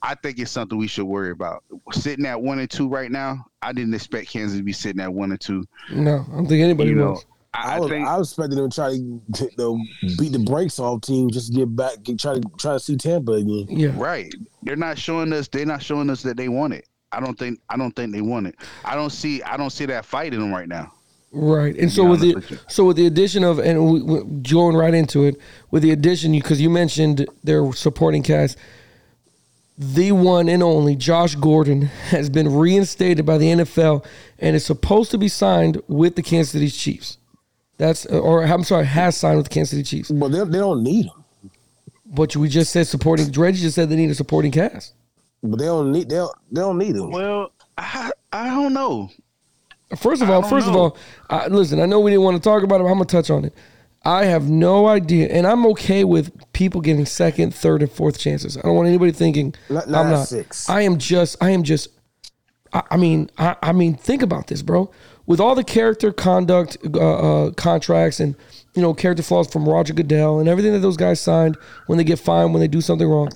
G: I think it's something we should worry about. Sitting at one and two right now, I didn't expect Kansas to be sitting at one and two.
D: No, I don't think anybody
G: You know,
D: knows.
G: I,
F: I,
G: I
F: was,
G: think
F: I was expecting them to try to you know, beat the brakes off team just to get back, get, try to try to see Tampa again.
D: Yeah.
G: right. They're not showing us. They're not showing us that they want it. I don't think. I don't think they want it. I don't see. I don't see that fight in them right now.
D: Right, and
G: be
D: so with
G: honest
D: the
G: with you.
D: so with the addition of and we, we, going right into it with the addition because you mentioned their supporting cast, the one and only Josh Gordon has been reinstated by the NFL and is supposed to be signed with the Kansas City Chiefs. That's or I'm sorry, has signed with the Kansas City Chiefs.
F: But they, they don't need him.
D: But we just said supporting. Reggie just said they need a supporting cast.
F: But they don't need they don't, they don't need him.
G: Well, I I don't know.
D: First of
G: I
D: all,
G: don't
D: first of
G: know.
D: all, I, listen. I know we didn't want to talk about it. But I'm gonna touch on it. I have no idea, and I'm okay with people getting second, third, and fourth chances. I don't want anybody thinking
F: Not-
D: I'm
F: not at
D: not.
F: six.
D: I am just. I am just. I, I mean, I, I mean, think about this, bro. With all the character conduct uh, uh, contracts and you know character flaws from Roger Goodell and everything that those guys signed when they get fined when they do something wrong,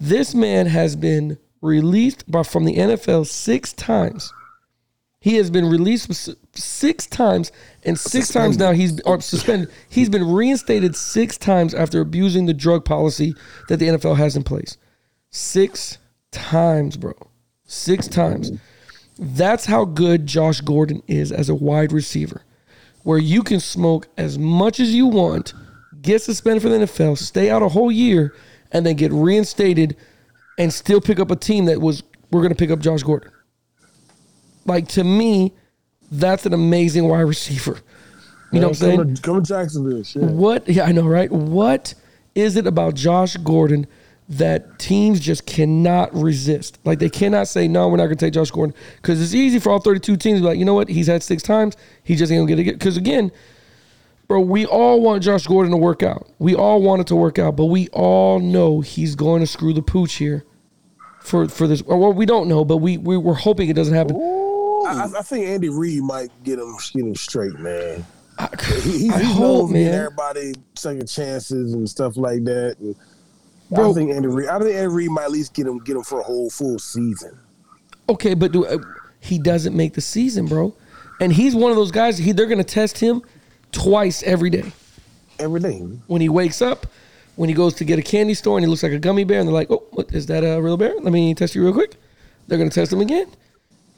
D: this man has been released by from the NFL six times. He has been released s- six times, and six times now he's or suspended. He's been reinstated six times after abusing the drug policy that the NFL has in place. Six times, bro. Six times. That's how good Josh Gordon is as a wide receiver, where you can smoke as much as you want, get suspended for the NFL, stay out a whole year, and then get reinstated and still pick up a team that was, we're going to pick up Josh Gordon. Like, to me, that's an amazing wide receiver. You know what I'm saying?
F: Come to, come to Jacksonville, shit.
D: What? Yeah, I know, right? What is it about Josh Gordon that teams just cannot resist? Like they cannot say no, we're not going to take Josh Gordon because it's easy for all 32 teams to be like, you know what? He's had six times. He just ain't going to get it. Because again, bro, we all want Josh Gordon to work out. We all want it to work out, but we all know he's going to screw the pooch here. For, for this, or well, we don't know, but we, we we're hoping it doesn't happen.
F: I, I- I think Andy Reid might get him get him straight, man.
D: I,
F: He, he,
D: I
F: he
D: hope,
F: knows giving
D: man.
F: everybody second chances and stuff like that. And
D: Bro.
F: I think Andy Reid. I think Andy Reid might at least get him get him for a whole full season.
D: Okay, but do uh, he doesn't make the season, bro? And he's one of those guys. He they're gonna test him twice every day.
F: Every day.
D: When he wakes up, when he goes to get a candy store, and he looks like a gummy bear, and they're like, "Oh, what is that? A real bear? Let me test you real quick." They're gonna test him again.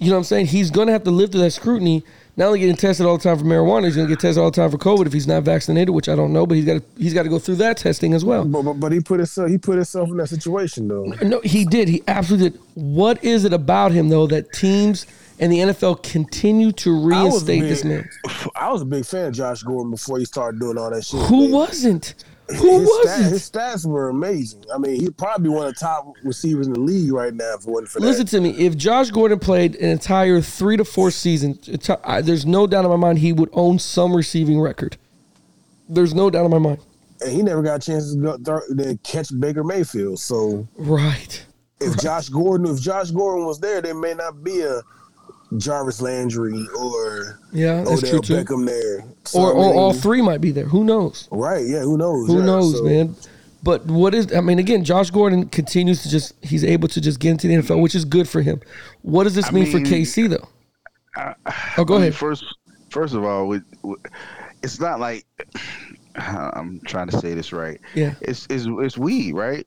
D: You know what I'm saying? He's gonna have to live through that scrutiny. Not only getting tested all the time for marijuana, he's gonna get tested all the time for COVID if he's not vaccinated, which I don't know. But he's got to he's got to go through that testing as well.
F: But, but but he put himself he put himself in that situation though.
D: No, he did. He absolutely did. What is it about him though that teams and the NFL continue to
F: I was a
D: reinstate
F: big-
D: this man?
F: I was a big fan of Josh Gordon before he started doing all that shit.
D: Who
F: man.
D: wasn't? Who
F: his, stat-
D: wasn't?
F: his stats were amazing. I mean, he probably one of the top receivers in the league right now if it wasn't for
D: Listen
F: that.
D: to me. If Josh Gordon played an entire three uh, to four seasons, it's- I- there's no doubt in my mind he would own some receiving record. There's no doubt in my mind.
F: and he never got a chance to, go thro- to catch Baker Mayfield. So
D: Right.
F: if Josh Gordon, if Josh Gordon was there, there may not be a Jarvis Landry or
D: Yeah, that's true
F: Odell
D: too.
F: Beckham there, So,
D: Or,
F: I
D: or
F: mean,
D: all three might be there. Who knows?
F: Right? Yeah. Who knows?
D: Who
F: yeah,
D: knows,
F: so-
D: man? But what is? I mean, again, Josh Gordon continues to just he's able to just get into the NFL, which is good for him. What does this
G: I
D: mean, for
G: mean,
D: KC though? oh, go
G: I mean,
D: ahead.
G: First, first of all, with, with, it's not like I'm trying to say this right.
D: Yeah.
G: it's it's, it's weed, right?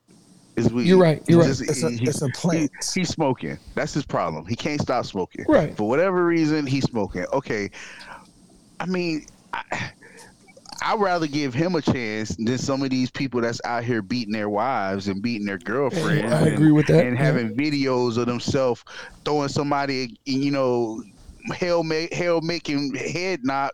G: It's weed.
D: You're right, you're
G: He
D: right.
F: It's a-
G: he-
F: it's a
G: he-
F: plant.
G: he's smoking. That's his problem. He can't stop smoking.
D: Right.
G: For whatever reason, he's smoking. Okay. I mean, I, I'd rather give him a chance than some of these people that's out here beating their wives and beating their girlfriends.
D: I
G: and-
D: agree with that.
G: And
D: Yeah.
G: having videos of themselves throwing somebody, you know, hell, ma- hell making head knock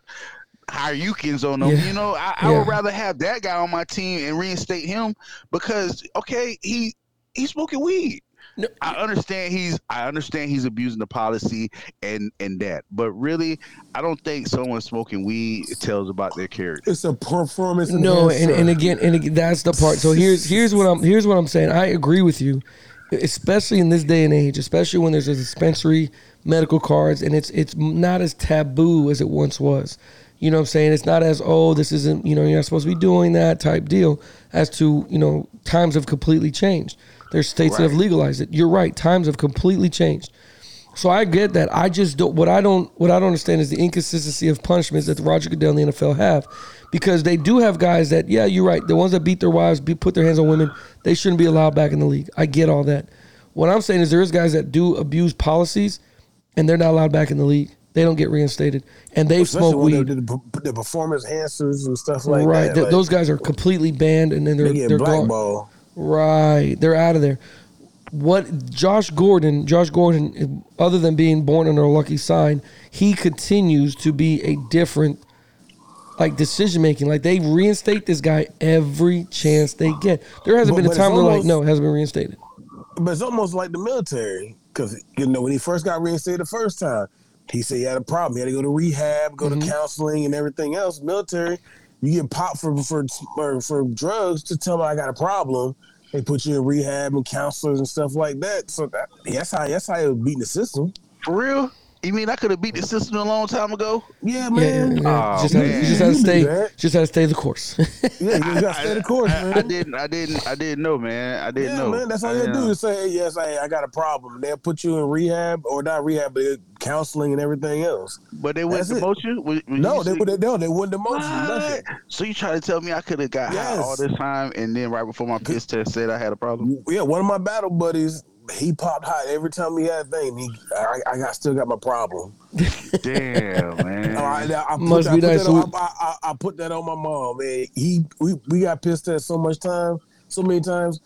G: hierarchians on them.
D: Yeah.
G: You know, I, I
D: Yeah.
G: would rather have that guy on my team and reinstate him because okay, he he's smoking weed.
D: No.
G: I understand he's I understand he's abusing the policy and and that, but really, I don't think someone smoking weed tells about their character.
F: It's a performance.
D: No, and,
F: enhancer.
D: and again, and again, that's the part. So here's here's what I'm here's what I'm saying. I agree with you, especially in this day and age, especially when there's a dispensary, medical cards, and it's it's not as taboo as it once was. You know what I'm saying? It's not as oh, this isn't you know you're not supposed to be doing that type deal. As to you know, times have completely changed. There's states that have
G: Right.
D: legalized it. You're right. Times have completely changed. So I get that. I just don't. What I don't. What I don't understand is the inconsistency of punishments that Roger Goodell and the NFL have, because they do have guys that. Yeah, you're right. The ones that beat their wives, be, put their hands on women, they shouldn't be allowed back in the league. I get all that. What I'm saying is there is guys that do abuse policies, and they're not allowed back in the league. They don't get reinstated, and they
F: Especially
D: smoke
F: when they
D: weed.
F: did The, the performance enhancers and stuff like
D: right.
F: that.
D: Th-
F: like,
D: those guys are completely banned, and then they're
F: they get
D: they're gone.
F: blackballed.
D: Right. They're out of there. What Josh Gordon, Josh Gordon, other than being born under a lucky sign, he continues to be a different like decision making. Like they reinstate this guy every chance they get. There hasn't
F: But-
D: been a
F: but
D: time
F: it's
D: they're like,
F: almost-
D: no, it hasn't been reinstated.
F: But it's almost like the military, because you know when he first got reinstated the first time, he said he had a problem. He had to go to rehab, go to counseling, and everything else. Military, you get popped for for for, for drugs to tell me I got a problem. They put you in rehab and counselors and stuff like that. So that, that's how that's how it was beating the system.
G: For real? You mean I could have beat the system a long time ago?
F: Yeah,
D: Yeah, yeah,
F: man. Yeah,
D: yeah.
G: Oh,
D: just had, you
G: man.
D: just had
F: You
D: to
F: do
D: stay
F: that.
D: just had to stay the course.
F: you got to stay the course,
G: I,
F: man.
G: I didn't. I didn't. I didn't know, man. I didn't
F: Uh-huh. Yeah,
G: know.
F: man, that's
G: I
F: all they
G: didn't
F: do
G: know.
F: is say, hey, yes, I, I got a problem. They'll put you in rehab or not rehab, but counseling and everything else.
G: But they wouldn't
F: That's it.
G: demote you. Would- would
F: No,
G: you
F: they
G: say-
F: would not no, they wouldn't demote you.
G: What?
F: Nothing.
G: So you trying to tell me I could have got high
F: Yes.
G: all this time, and then right before my piss test said I had a problem?
F: Yeah, one of my battle buddies, he popped hot every time he had a thing. He, I, I got still got my problem.
G: Damn,
F: I,
G: man.
F: I, I put,
D: Must
F: I
D: be
F: put
D: nice.
F: that on, I, I, I put that on my mom, man. He, we, we got pissed at so much time, so many times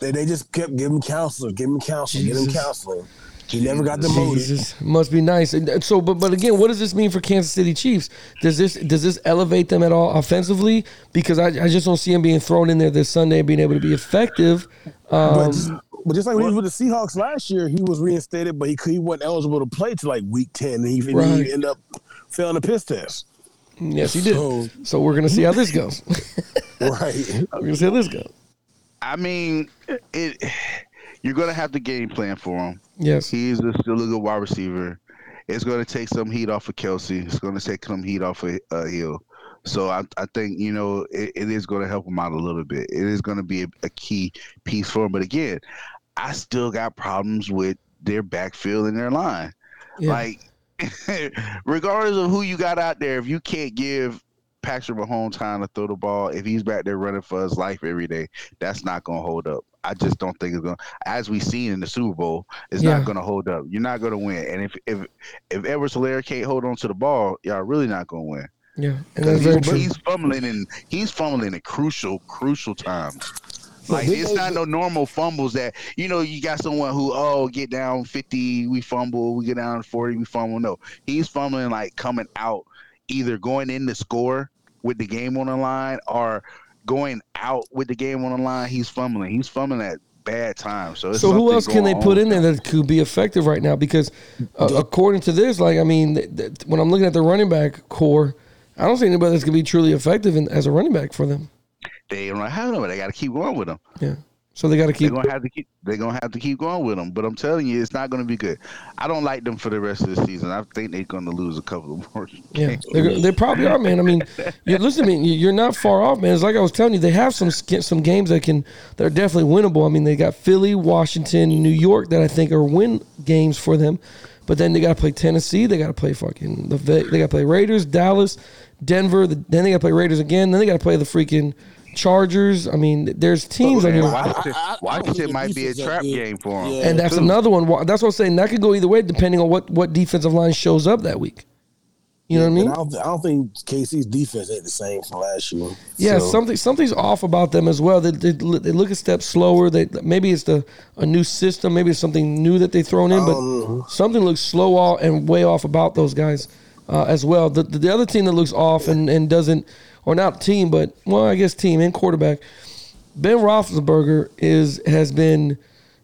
F: that they just kept giving counselors, giving counseling, giving
D: Jesus.
F: counseling. He never got demoted.
D: Jesus, must be nice. And that- so, but but again, what does this mean for Kansas City Chiefs? Does this does this elevate them at all offensively? Because I, I just don't see them being thrown in there this Sunday and being able to be effective.
F: But,
D: Um,
F: just, but just like when he was with the Seahawks last year, he was reinstated, but he could, he wasn't eligible to play till like week ten, and he, and
D: Right.
F: he ended up failing the piss test.
D: yes, he did. So,
F: So-
D: we're gonna see how this goes.
F: Right.
D: we're gonna see how this goes.
G: I mean, it. You're gonna have to game plan for him.
D: Yes,
G: He's a, still a good wide receiver. It's going to take some heat off of Kelsey. It's going to take some heat off of uh, Hill. So I, I think you know it, it is going to help him out a little bit. It is going to be a, a key piece for him. But again, I still got problems with their backfield and their line.
D: Yeah.
G: Like, regardless of who you got out there, if you can't give Patrick Mahomes time to throw the ball, if he's back there running for his life every day, that's not going to hold up. I just don't think it's going. to As we seen in the Super Bowl, it's
D: Yeah.
G: not going to hold up. You're not going to win. And if if if Edwards Hilaire can't hold on to the ball, y'all really not going to win.
D: yeah, and that's
G: Because
D: very
G: he's,
D: true.
G: he's fumbling and he's fumbling at crucial crucial times. Like
F: But
G: it's
F: they-
G: not no normal fumbles that you know you got someone who oh get down fifty we fumble we get down forty we fumble no he's fumbling like coming out either going in to score with the game on the line or going out with the game on the line he's fumbling he's fumbling at bad times so it's
D: So who
G: something
D: else can they
G: going
D: put
G: on.
D: in there that could be effective right now? Because uh, according to this, like I mean, th- th- when I'm looking at the running back core, I don't see anybody that's gonna be truly effective in, as a running back for them.
G: They don't have them. They got to keep going with them.
D: Yeah. So they got to
G: They're
D: keep.
G: gonna have to keep. They're gonna have to keep going with them. But I'm telling you, it's not gonna be good. I don't like them for the rest of the season. I think they're gonna lose a couple of more.
D: Yeah,
G: games.
D: they're, they probably are, man. I mean, you, listen to me. you- You're not far off, man. It's like I was telling you, they have some sk- some games that can they're definitely winnable. I mean, they got Philly, Washington, New York that I think are win games for them, but then they got to play Tennessee. They got to play fucking the Ve- they got to play Raiders, Dallas, Denver. The, then they got to play Raiders again. Then they got to play the freaking Chargers. I mean, there's teams on
G: And
D: here.
G: Washington,
F: I- I- I don't think
G: Washington
F: the
G: might be a
F: defense that
G: trap
F: good.
G: game for them.
F: Yeah.
D: And that's another one. Wa- That's what I'm saying. That could go either way depending on what what defensive line shows up that week. You know what I mean?
F: And I don't, I don't think KC's defense ain't the same from last year.
D: Yeah,
F: So,
D: something something's off about them as well. They, they, they look a step slower. They maybe it's the a new system. Maybe it's something new that they've thrown in. But
F: Um,
D: something looks slow all and way off about those guys uh, as well. The, the other team that looks off and, and doesn't, or not team, but well, I guess team and quarterback. Ben Roethlisberger is has been,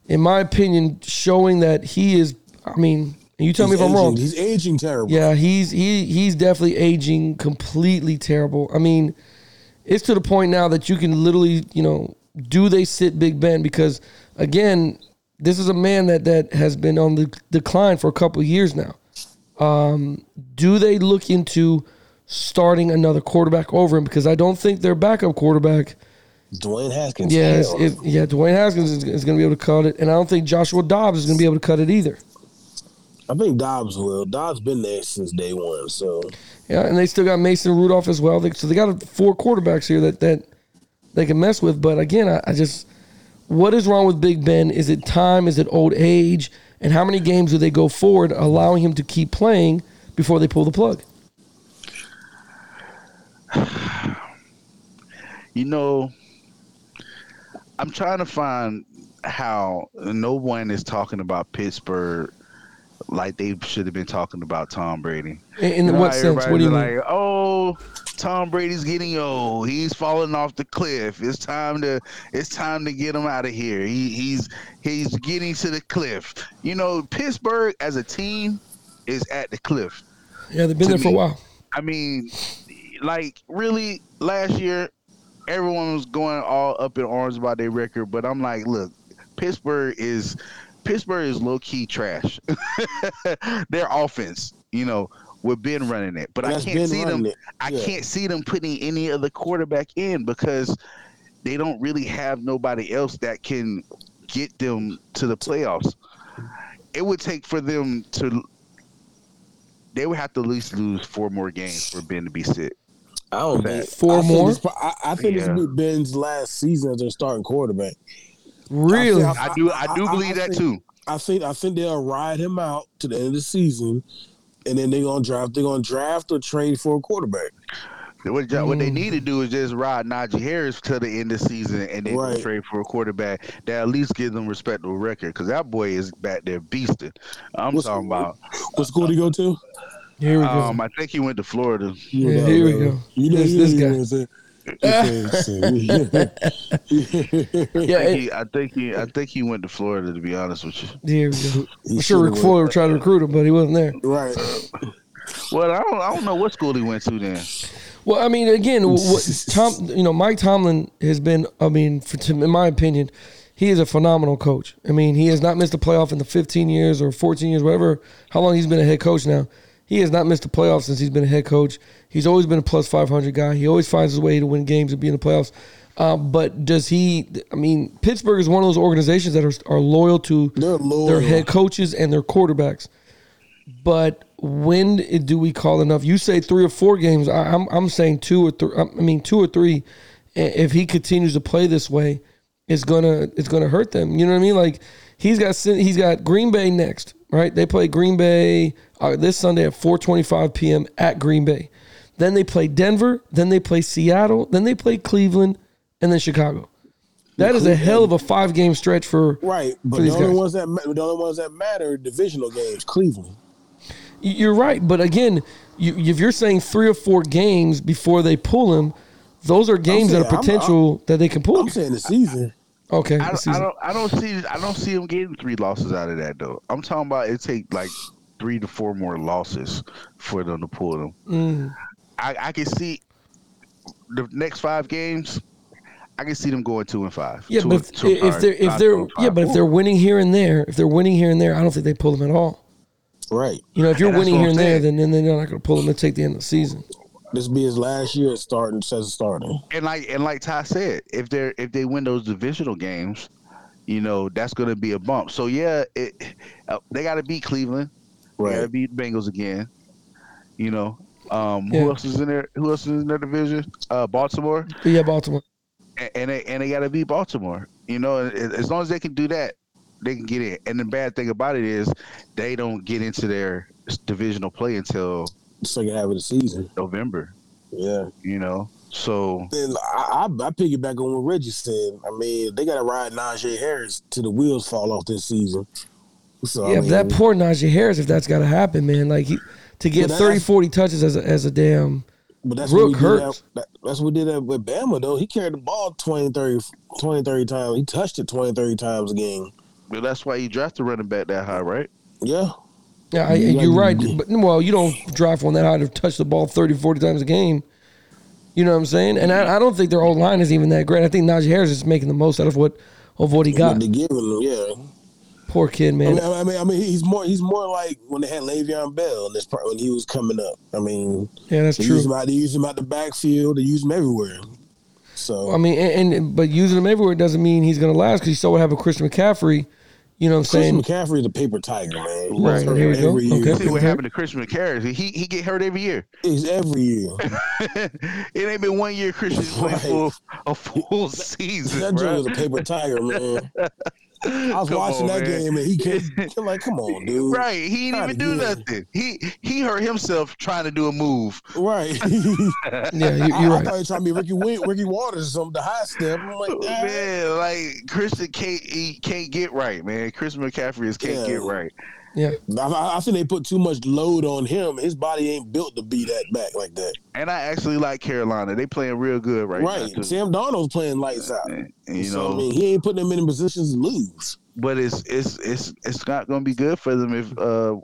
D: in my opinion, showing that he is. I mean, you tell me
F: he's
D: if I'm
F: aging-
D: wrong.
F: He's aging terrible.
D: Yeah, he's he he's definitely aging completely terrible. I mean, it's to the point now that you can literally, you know, do they sit Big Ben? Because again, this is a man that that has been on the decline for a couple of years now. Um, do they look into starting another quarterback over him? Because I don't think their backup quarterback.
F: Dwayne Haskins.
D: Yeah,
F: hell.
D: it's- it- yeah, Dwayne Haskins is, is going to be able to cut it, and I don't think Joshua Dobbs is going to be able to cut it either.
F: I think Dobbs will. Dobbs been there since day one. So
D: Yeah, and they still got Mason Rudolph as well. They, so they got four quarterbacks here that that they can mess with. But again, I, I just what is wrong with Big Ben? Is it time? Is it old age? And how many games do they go forward, allowing him to keep playing before they pull the plug?
G: You know, I'm trying to find how no one is talking about Pittsburgh like they should have been talking about Tom Brady.
D: In, in
G: You know
D: what
G: how
D: sense? What do you
G: everybody's
D: mean?
G: like, Oh, Tom Brady's getting old. He's falling off the cliff. It's time to it's time to get him out of here. He, he's he's getting to the cliff. You know, Pittsburgh as a team is at the cliff.
D: Yeah, they've been
G: to
D: there for a
G: me.
D: while.
G: I mean, like really, last year everyone was going all up in arms about their record, but I'm like, look, Pittsburgh is Pittsburgh is low key trash. their offense, you know, with Ben running it, but I
F: That's
G: can't
F: Ben
G: see them.
F: running it,
G: I
F: yeah.
G: can't see them putting any other quarterback in because they don't really have nobody else that can get them to the playoffs. It would take for them to. They would have to at least lose four more games for Ben to be sick.
F: I don't think
D: Four
F: I think
D: more?
F: this pro- I, I think
G: Yeah.
F: this will be Ben's last season as their starting quarterback.
D: Really?
F: I feel-
G: I do. I do believe that
F: think-
G: too.
F: I think I think they'll ride him out to the end of the season, and then they're gonna draft. They're gonna draft or trade for a quarterback.
G: What, what they need to do is just ride Najee Harris to the end of the season and then
F: Right.
G: trade for a quarterback that at least gives them respectable record because that boy is back there beasting. I'm
F: What's-
G: talking about.
F: What school to go to?
D: Here we go.
G: Um, I think he went to Florida.
F: You
D: Yeah,
F: know,
D: here we
F: man.
D: go.
F: You know,
D: This-
F: you
D: this
F: know,
D: guy.
F: you know what I'm saying?
D: yeah,
G: I think,
D: it,
G: he, I think he. I think he went to Florida. To be honest with you.
D: here we go.
F: He
D: I'm sure Rick
F: should've
D: Fuller tried to recruit him, but he wasn't there.
F: went. Right.
G: Well, I don't. I don't know what school he went to then.
D: Well, I mean, again, what Tom, you know, Mike Tomlin has been. I mean, for, to- in my opinion, he is a phenomenal coach. I mean, he has not missed a playoff in the 15 years or 14 years, whatever, how long he's been a head coach now. He has not missed a playoff since he's been a head coach. He's always been a plus 500 guy. He always finds his way to win games and be in the playoffs. Uh, but does he? I mean, Pittsburgh is one of those organizations that are, are loyal to their
F: They're loyal.
D: head coaches and their quarterbacks. But when do we call enough? You say three or four games. I, I'm I'm saying two or three. I mean two or three. I- If he continues to play this way, it's gonna it's gonna hurt them. You know what I mean? Like he's got Sin- he's got Green Bay next, right? They play Green Bay uh, this Sunday at 4:25 p.m. at Green Bay. Then they play Denver. Then they play Seattle. Then they play Cleveland, and then Chicago. That is a hell of a five game stretch for
F: Right, but
D: For
F: the
D: these
F: only
D: guys.
F: ones that ma- the only ones that matter are divisional games. Cleveland.
D: You're right, but again, you, if you're saying three or four games before they pull him, those are games
F: saying-
D: that
F: I'm-
D: are potential that they can pull.
F: I'm saying the season.
D: okay,
G: I
D: this
G: don't, I
D: season.
G: don't. I don't see. I don't see him getting three losses out of that though. I'm
D: Mm.
G: talking about it take like three to four more losses for them to pull them. I, I can see the next five games. I can see them going two and five.
D: Yeah,
G: Two
D: but
G: and-
D: if,
G: two and
D: if
G: five,
D: they're if
G: five,
D: they're
G: two and
D: yeah,
G: five.
D: but if they're winning here and there, if they're winning here and there, I don't think they pull them at all.
F: Right.
D: You know, if you're
G: And that's
D: winning
G: what
D: here
G: I'm
D: and there,
G: saying.
D: then then they're not going to pull them and take the end of the season.
F: This be his last year at starting says starting.
G: and like and like Ty said, if they're if they win those divisional games, you know that's going to be a bump. So yeah, it, uh, they got to beat Cleveland. They got to
F: Right.
G: beat Bengals again. You know, um,
D: Yeah.
G: who else is in there? Who else is in their division? Uh, Baltimore,
D: But yeah, Baltimore.
G: A- and they and they got to beat Baltimore. You know, and a- as long as they can do that, they can get in. And the bad thing about it is they don't get into their s- divisional play until
F: Second half of the season.
G: November.
F: Yeah.
G: You know, so
F: Then I, I, I piggyback on what Reggie said. I mean, they got to ride Najee Harris to the wheels fall off this season. So
D: yeah,
F: I
D: but
F: mean,
D: that poor Najee Harris, if that's got to happen, man, like he, to get
F: Well, that-
D: 30, 40 touches as a, as a damn.
F: but that's
D: Rook
F: what we did
D: hurts.
F: that, that- that's what we did that with Bama though. He carried the ball 20, 30, 20, 30 times. He touched it 20, 30 times a game.
G: but that's why you draft the running back that high, right?
F: Yeah.
D: Yeah, I,
F: Yeah,
D: you're
F: you-
D: right. But well, you don't drive one that high to touch the ball 30, 40 times a game. You know what I'm saying? And I, I don't think their old line is even that great. I think Najee Harris is making the most out of what of what he got.
F: They giving him, yeah.
D: Poor kid,
F: I
D: man.
F: mean, I mean, I mean, he's more he's more like when they had Le'Veon Bell and this part when he was coming up. I mean,
D: Yeah, that's
F: they use him
D: true.
F: out, they use him out the backfield, they use him everywhere. So
D: I mean, and, and but using him everywhere doesn't mean he's going to last because you saw what happened with Christian McCaffrey. You know what I'm
F: Chris
D: saying?
F: McCaffrey is a paper tiger, man. He
D: Right,
F: gets hurt
D: here we go.
F: every year.
D: Okay.
G: See what happened to Christian McCarry. He he get hurt every year.
F: It's every year.
G: It ain't been one year Christian played
F: Right.
G: for a full season.
F: That dude
G: bruh.
F: was a paper tiger, man. I was
G: Come
F: watching
G: on,
F: that
G: man.
F: game and he came I'm like, come on, dude.
G: Right, he didn't
F: Outta
G: even do
F: here.
G: nothing. He he hurt himself trying to do a move.
F: Right.
D: Yeah, you,
F: I,
D: you're
F: I
D: right.
F: thought he tried to be Ricky Win- Ricky Waters or something, the high step. I'm
G: Oh,
F: like, "Ah."
G: Man, like Christian can't he can't get right, man. Christian McCaffrey is can't
F: Yeah.
G: get right.
D: Yeah,
F: I, I think they put too much load on him. His body ain't built to be that back like that.
G: And I actually like Carolina. They playing real good right,
F: Right.
G: now. too.
F: Sam Donald's playing lights out.
G: You
F: so, I
G: know,
F: mean, he ain't putting them in positions to lose.
G: but it's it's it's it's not gonna be good for them if uh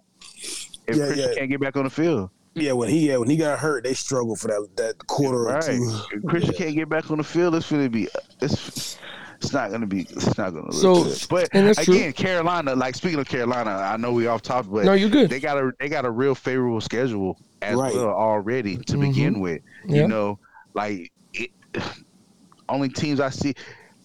G: if
F: Yeah,
G: Christian
F: yeah.
G: can't get back on the field.
F: Yeah, when he yeah, when he got hurt, they struggled for that that quarter or
G: Right.
F: two.
G: Christian can't get back on the field. It's gonna be. It's. It's not gonna be. It's not gonna look
D: So-
G: good. But
D: and that's true.
G: again, Carolina. Like speaking of Carolina, I know we off topic, but
D: No, you're good.
G: They got a they got a real favorable schedule as
F: Right.
G: well already to begin with.
D: Mm-hmm. Yeah.
G: You know, like it, only teams I see.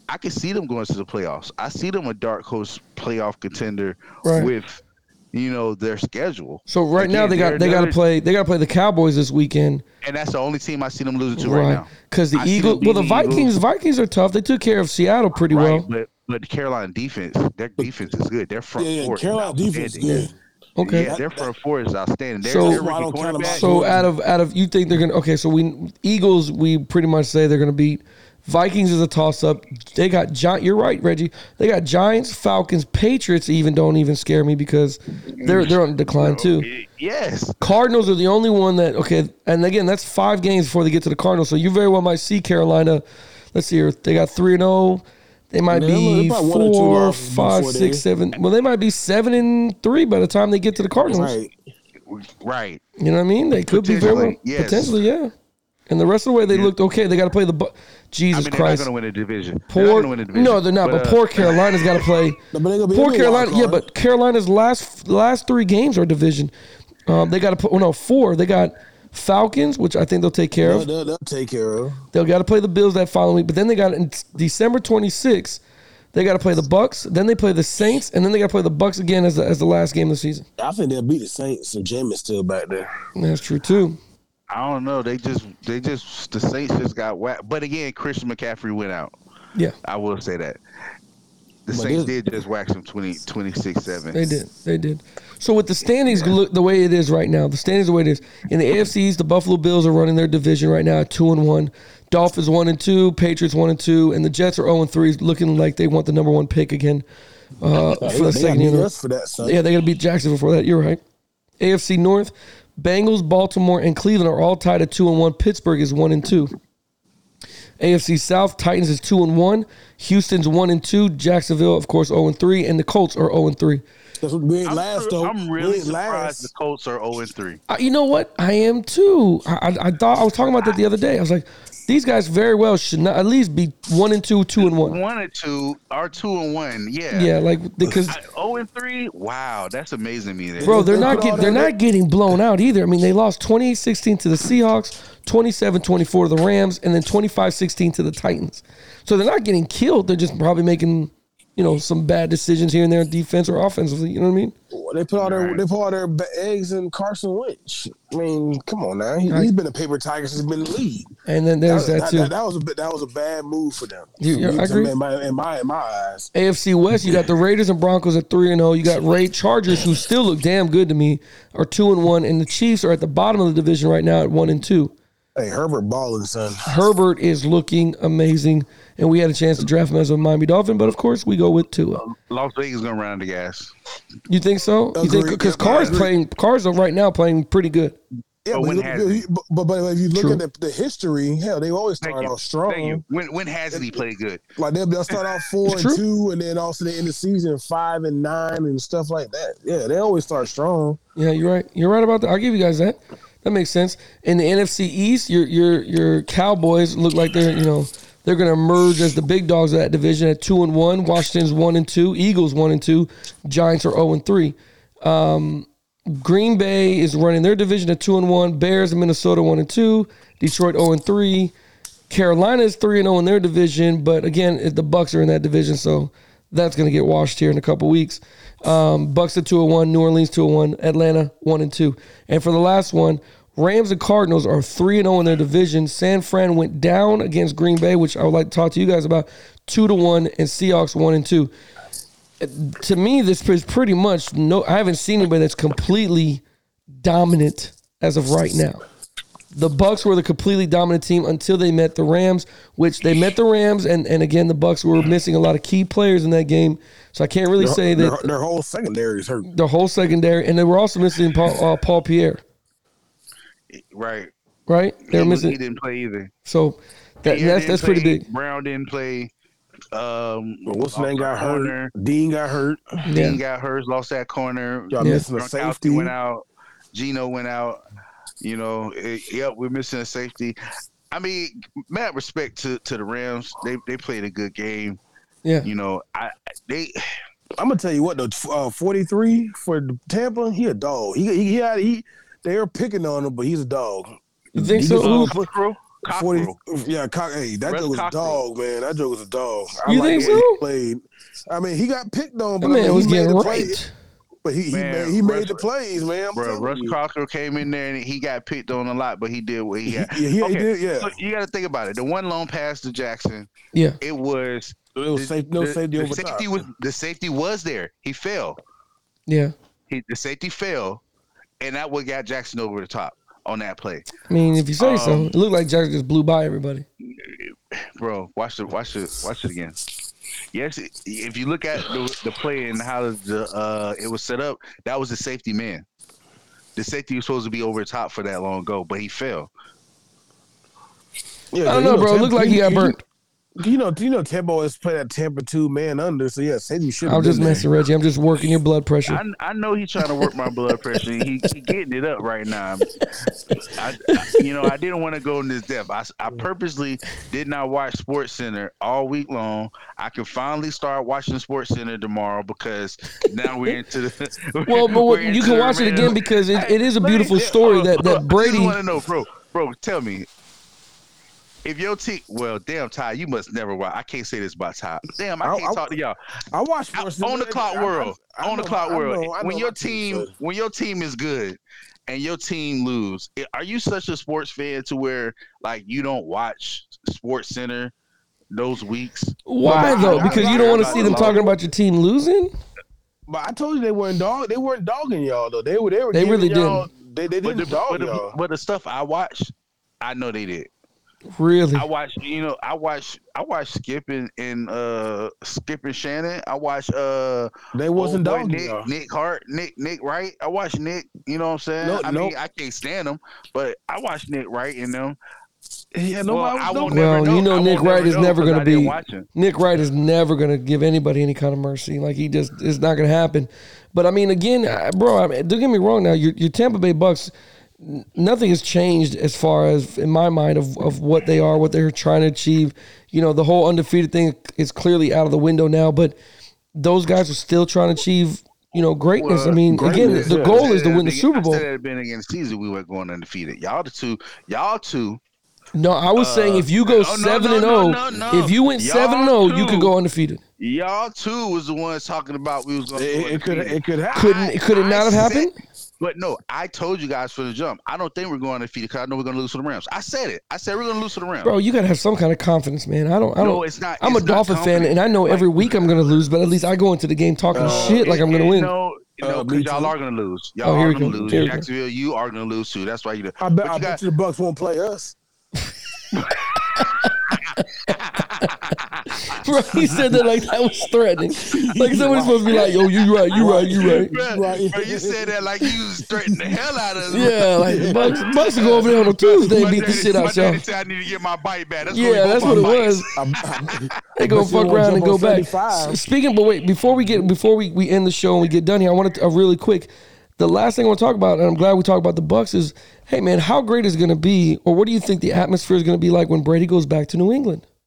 G: I can see them going to the playoffs. I see them a dark horse playoff contender
D: Right.
G: with, you know, their schedule.
D: So right now
G: Again,
D: they got
G: they're
D: they got to
G: another-
D: play they got to play the Cowboys this weekend,
G: and that's the only team I see them losing to right, now.
D: Because the
G: I see them
D: Eagles, well, the
G: beating the Eagles.
D: Vikings Vikings are tough. They took care of Seattle pretty
G: Right,
D: well.
G: but but the Carolina defense, their defense is good. Their front
F: Yeah, yeah.
G: four, is
F: Carolina defense,
G: outstanding.
F: yeah.
D: Okay,
G: yeah, their front four is outstanding. Their,
D: So-
G: their
F: Why I don't
G: rookie
F: count 'em
G: quarterback,
F: out.
D: so out of out of you think they're gonna okay? So we Eagles we pretty much say they're gonna beat Vikings is a toss up. They got giant. You're right, Reggie. They got Giants, Falcons, Patriots. Even don't even scare me because they're they're on decline too.
G: eh, yes,
D: Cardinals are the only one that okay, and again that's five games before they get to the Cardinals. So you very well might see Carolina. Let's see here, they got three and zero. They might
F: Yeah,
D: be
F: they're probably one or two
D: four,
F: losses
D: five,
F: before they-
D: six, seven. Well, they might be seven and three by the time they get to the Cardinals.
F: Right.
G: right.
D: You know what I mean? They could be very well
G: Potentially, yes.
D: potentially, yeah. And the rest of the way they looked okay. They got to play the Bu-
G: I
D: Jesus
G: mean, they're not
D: Christ.
G: going to win a division. they're not
D: Poor,
G: gonna win a division.
D: no, they're not. But,
G: uh,
D: poor Carolina's got to play.
F: No, but they gonna be
D: Poor
F: in the wild
D: Carolina, yeah.
F: card.
D: But Carolina's last last three games are division. Um, they got to put well, no four. They got Falcons, which I think they'll take care
F: They'll,
D: of.
F: they'll, they'll take care of.
D: They'll got to play the Bills that following week. But then they got in December 26th. They got to play the Bucks. Then they play the Saints, and then they got to play the Bucks again as the, as the last game of the season.
F: I think they'll beat the Saints. So Jameis still back there.
D: And that's true too.
G: I don't know. They just, they just, the Saints just got whacked. But again, Christian McCaffrey went out.
D: Yeah,
G: I will say that. The
F: But
G: Saints
F: this-
G: did just wax them 20, 26 7.
D: they did. They did. So with the standings look the way it is right now, the standings the way it is in the AFCs, the Buffalo Bills are running their division right now at two and one. Dolphins one and two, Patriots one and two, and the Jets are zero and three, looking like they want the number one pick again uh,
F: They,
D: for the
F: they gotta
D: second year. in
F: beat
D: a row.
F: us for that, son.
D: Yeah, they got to beat Jacksonville for that. You're right. AFC North, Bengals, Baltimore, and Cleveland are all tied at two and one. Pittsburgh is one and two. AFC South, Titans oh is two and one. Houston's one and two. Jacksonville, of course, zero and three, and the Colts are zero and three.
F: That's what we ain't
G: I'm,
F: last
G: sur-
F: though.
G: I'm
F: We
G: really
F: ain't
G: surprised
F: last.
G: the Colts are 0 3.
D: Uh, you know what? I am too. I, I, I thought I was talking about that the other day. I was like, these guys very well should not at least be one and two, two and one.
G: One and two are two and one. Yeah.
D: Yeah, like because
G: I, 0 and 3? Wow, that's amazing to me. there.
D: bro, they're
F: They
D: not
F: put all
D: getting they're
F: that-
D: not getting blown out either. I mean, they lost 28-16 to the Seahawks, 27-24 to the Rams, and then 25-16 to the Titans. So they're not getting killed. They're just probably making you know some bad decisions here and there, defense or offensively. You know what I mean?
F: They put all their they put all their ba- eggs in Carson Wentz. I mean, come on now. He, has been a paper tiger since he's been in the leig.
D: And then there's that,
F: that,
D: too.
F: that- that was a bit- that was a bad move for them.
D: You- yeah, I agree.
F: In my, in my in my eyes,
D: AFC West, you got the Raiders and Broncos at three and zero. You got Ray Chargers, who still look damn good to me, are two and one, and the Chiefs are at the bottom of the division right now at one and two.
F: hey Herbert balling son.
D: Herbert is looking amazing, and we had a chance to draft him as a Miami Dolphin, but of course we go with Tua.
G: Las Vegas going to run out of gas.
D: You think so? You think
F: Agreed.
D: because Carr's playing, Carr's are right now playing pretty good.
G: But
F: Yeah, but,
G: when
F: you look-
G: has
F: you-
G: he?
F: you- but, but if you look
D: True.
F: at the, the history, hell, they always
G: Thank
F: start
G: you.
F: off strong.
G: Thank you. When, when hasn't he played good?
F: Like they'll, they'll start off four and
D: true.
F: two, and then also they end the season five and nine and stuff like that. Yeah, they always start strong.
D: Yeah, you're right. You're right about that. I'll give you guys that. That makes sense. In the NFC East, your your your Cowboys look like they're you know they're going to emerge as the big dogs of that division at two and one. Washington's one and two. Eagles one and two. Giants are zero and three. Um, Green Bay is running their division at two and one. Bears and Minnesota one and two. Detroit zero and three. Carolina is three and zero in their division, but again, it- the Bucks are in that division, so that's going to get washed here in a couple weeks. Um, Bucks at two and one, New Orleans two and one, Atlanta one and two, and for the last one, Rams and Cardinals are three and zero in their division. San Fran went down against Green Bay, which I would like to talk to you guys about, two to one, and Seahawks one and two. Uh, To me, this is pretty much no. I haven't seen anybody that's completely dominant as of right now. The Bucks were the completely dominant team until they met the Rams, which they met the Rams, and, and again the Bucks were missing a lot of key players in that game. So I can't really
F: Their,
D: say
F: their,
D: that
F: their whole secondary is hurt.
D: the whole secondary, and they were also missing Paul, uh, Paul Pierre,
G: Right.
D: right? They're
G: he, was- he
D: missing.
G: didn't play either.
D: So that,
G: Pierre
D: that's
G: didn't
D: that's pretty
G: play,
D: big.
G: Brown didn't play. Um,
F: But what's his name
G: lost
F: got
G: that
F: hurt?
G: corner.
F: Dean got hurt.
D: Yeah.
G: Dean got hers, lost that corner.
F: Y'all
D: Yeah.
F: missing a
G: Gronkowski
F: safety.
G: went out. Gino went out. You know, it- yep, we're missing a safety. I mean, mad respect to, to the Rams. They they played a good game.
D: Yeah,
G: You know, I they
F: I'm gonna tell you what though, uh, 43 for Tampa, he a dog. He he, he, had, he they were picking on him, but he's a dog.
D: you think
F: He
D: so?
F: just-
D: Ooh,
G: Cockrell, Cockrell.
F: yeah, cock, hey, that
G: Red
F: joke was a
G: Cockrell.
F: dog, man. That joke was a dog.
D: You
F: like
D: think
F: the
D: so?
F: way He played. I mean, he got picked on,
D: that
F: but I mean,
D: man was
F: he made
D: getting
F: the play-
D: right.
F: But he, he
G: Man,
F: made, he made
G: Russ-
F: the plays, man. I'm
G: Bro,
F: telling
G: Russ
F: you.
G: Crocker came in there and he got picked on a lot, but he did what he had.
F: Yeah, he, he did. Yeah,
G: So you got to think about it. The one long pass to Jackson,
D: Yeah,
G: it was
F: it was safe, no
G: the,
F: safety
G: the
F: over top.
G: safety was the safety was there. He fell.
D: yeah.
G: He the safety fell, and that what got Jackson over the top on that play.
D: I mean, if you say so,
G: Um,
D: it looked like Jackson just blew by everybody.
G: Bro, watch it, watch it, watch it again. Yes, it- if you look at the, the play and how the uh, it was set up, that was the safety man. The safety was supposed to be over the top for that long go, but he fell.
F: Yeah,
D: I
F: you
D: don't know, bro. It
F: Tampa-
D: looked like he got burnt.
F: You know, you know, Tampa always play that Tampa two man under. So yeah, safety should.
D: I'm just messing, Reggie. I'm just working your blood pressure.
G: I, I know he's trying to work my blood pressure. and He, he getting it up right now. I, I- you know, I didn't want to go in this depth. I, s- I purposely did not watch Sports Center all week long. I can finally start watching Sports Center tomorrow because now we're into the.
D: Well, but
G: we're
D: what, you
G: into
D: can
G: the
D: watch it
G: Rams.
D: again because it, it is a
G: Hey,
D: beautiful
G: yeah,
D: story
G: hold on,
D: that,
G: hold on.
D: that
G: I just
D: Brady.
G: want to know, bro, bro, tell me. If your team, well, damn, Ty, you must never watch. I can't say this about Ty. Damn, I
F: I-
G: can't
F: I-
G: talk to y'all.
F: I watched
G: Out-
F: Forrest
G: on the
F: Whitaker.
G: clock
F: I- I-
G: world.
F: I
G: on the
F: know-
G: clock
F: I
G: world.
F: know- I know
G: when your
F: my
G: team,
F: so-
G: when your team is good, and your team lose, i- are you such a sports fan to where like you don't watch Sports Center those weeks?
D: Why
F: Well,
D: though?
F: I- I-
D: Because you
F: I-
D: don't
F: I-
D: want to
F: I-
D: see them
F: I-
D: talking about your team losing.
F: But I told you they weren't dog. They weren't dogging y'all though. They were. They were.
D: They
F: giving
D: really
F: y'all- They they
G: But
F: didn't
G: the,
F: dog
G: but, the,
F: y'all.
G: but the stuff I watch, I know they did.
D: Really?
G: I watch, you know, I watch, I watch Skip and, and uh Skip and Shannon. I watch uh
F: They wasn't
G: old boy
F: dogging
G: Nick,
F: y'all.
G: Nick Hart, Nick Nick Wright. I watch Nick. You know what I'm saying?
F: No,
G: I
F: no.
G: mean, I can't stand him, but I watch Nick Wright and them.
F: Yeah, nobody
H: Well,
F: was
H: I
F: doing
H: won't
F: that.
H: never
D: Well,
H: know.
D: you know
H: I
D: Nick
H: won't
D: Wright is
H: know
D: never
H: 'cause I
D: gonna
H: didn't
D: be-
H: watch him.
D: Nick Wright is never going to give anybody any kind of mercy. Like he just, it's not going to happen. But I mean, again, I- bro, I mean, don't get me wrong. Now, your, your Tampa Bay Bucks, n- nothing has changed as far as in my mind of, of what they are, what they're trying to achieve. You know, the whole undefeated thing is clearly out of the window now. But those guys are still trying to achieve, you know, greatness. I
G: Well,
D: mean,
G: greatness,
D: again, the
G: yeah.
D: goal is to
G: Yeah,
D: win the
G: nigga,
D: Super Bowl.
G: I said it had been against Caesar, we were going undefeated. Y'all the two, y'all two.
D: No, I was saying if you
G: oh,
D: go
G: no,
D: seven
G: no,
D: and
G: no,
D: zero,
G: no, no.
D: if you went
G: Y'all
D: seven and zero, you could
G: too.
D: go undefeated.
G: Y'all two was the ones talking about we was going.
F: It, it could it could happen.
D: Couldn't it? Could it not have happened?
G: But no, I told you guys for the jump. I don't think we're going undefeated because I know we're going to lose to the Rams. I said it. I said we're going to lose to the Rams.
D: Bro, you gotta have some kind of confidence, man. I don't. I don't.
G: No, it's not-
D: I'm a
G: it's not
D: Dolphin fan,
G: confidence.
D: and I know every week I'm gonna lose, but at least I go into the game talking shit like I'm gonna
G: Uh, And
D: win.
G: No, no,
F: Uh,
G: 'cause
F: me
G: y'all
F: too.
G: are going to lose. Y'all
D: Oh, here
G: are
D: we
G: going
D: go.
G: to lose.
D: Here we go.
G: Jacksonville, you are going to lose too. That's why you. do-
F: I bet,
G: but
F: I
G: you
F: bet
G: got-
F: you the Bucks won't play us.
D: Bro, he said that like that was threatening. Like somebody's supposed to be like, "Yo, you right, you right, you right."
G: Bruh,
F: Right.
G: bruh, you said that like you was threatening the hell out of us.
D: Yeah, like Bucks, Bucks will go over there on a Tuesday and
G: My
D: beat the
G: daddy-
D: shit
G: my
D: out y'all.
G: daddy said I need to get my bite back. That's
D: Yeah,
G: we
D: that's
G: both
D: what it
G: on bites.
D: was. They gonna
F: bet you
D: fuck
F: won't
D: around and
F: jump
D: go
F: on
D: back.
F: 75.
D: S- Speaking, but wait, before we get before we, we end the show and we get done here, I want to uh, really quick. The last thing I want to talk about, and I'm glad we talked about the Bucks, is hey man, how great is it going to be, or what do you think the atmosphere is going to be like when Brady goes back to New England?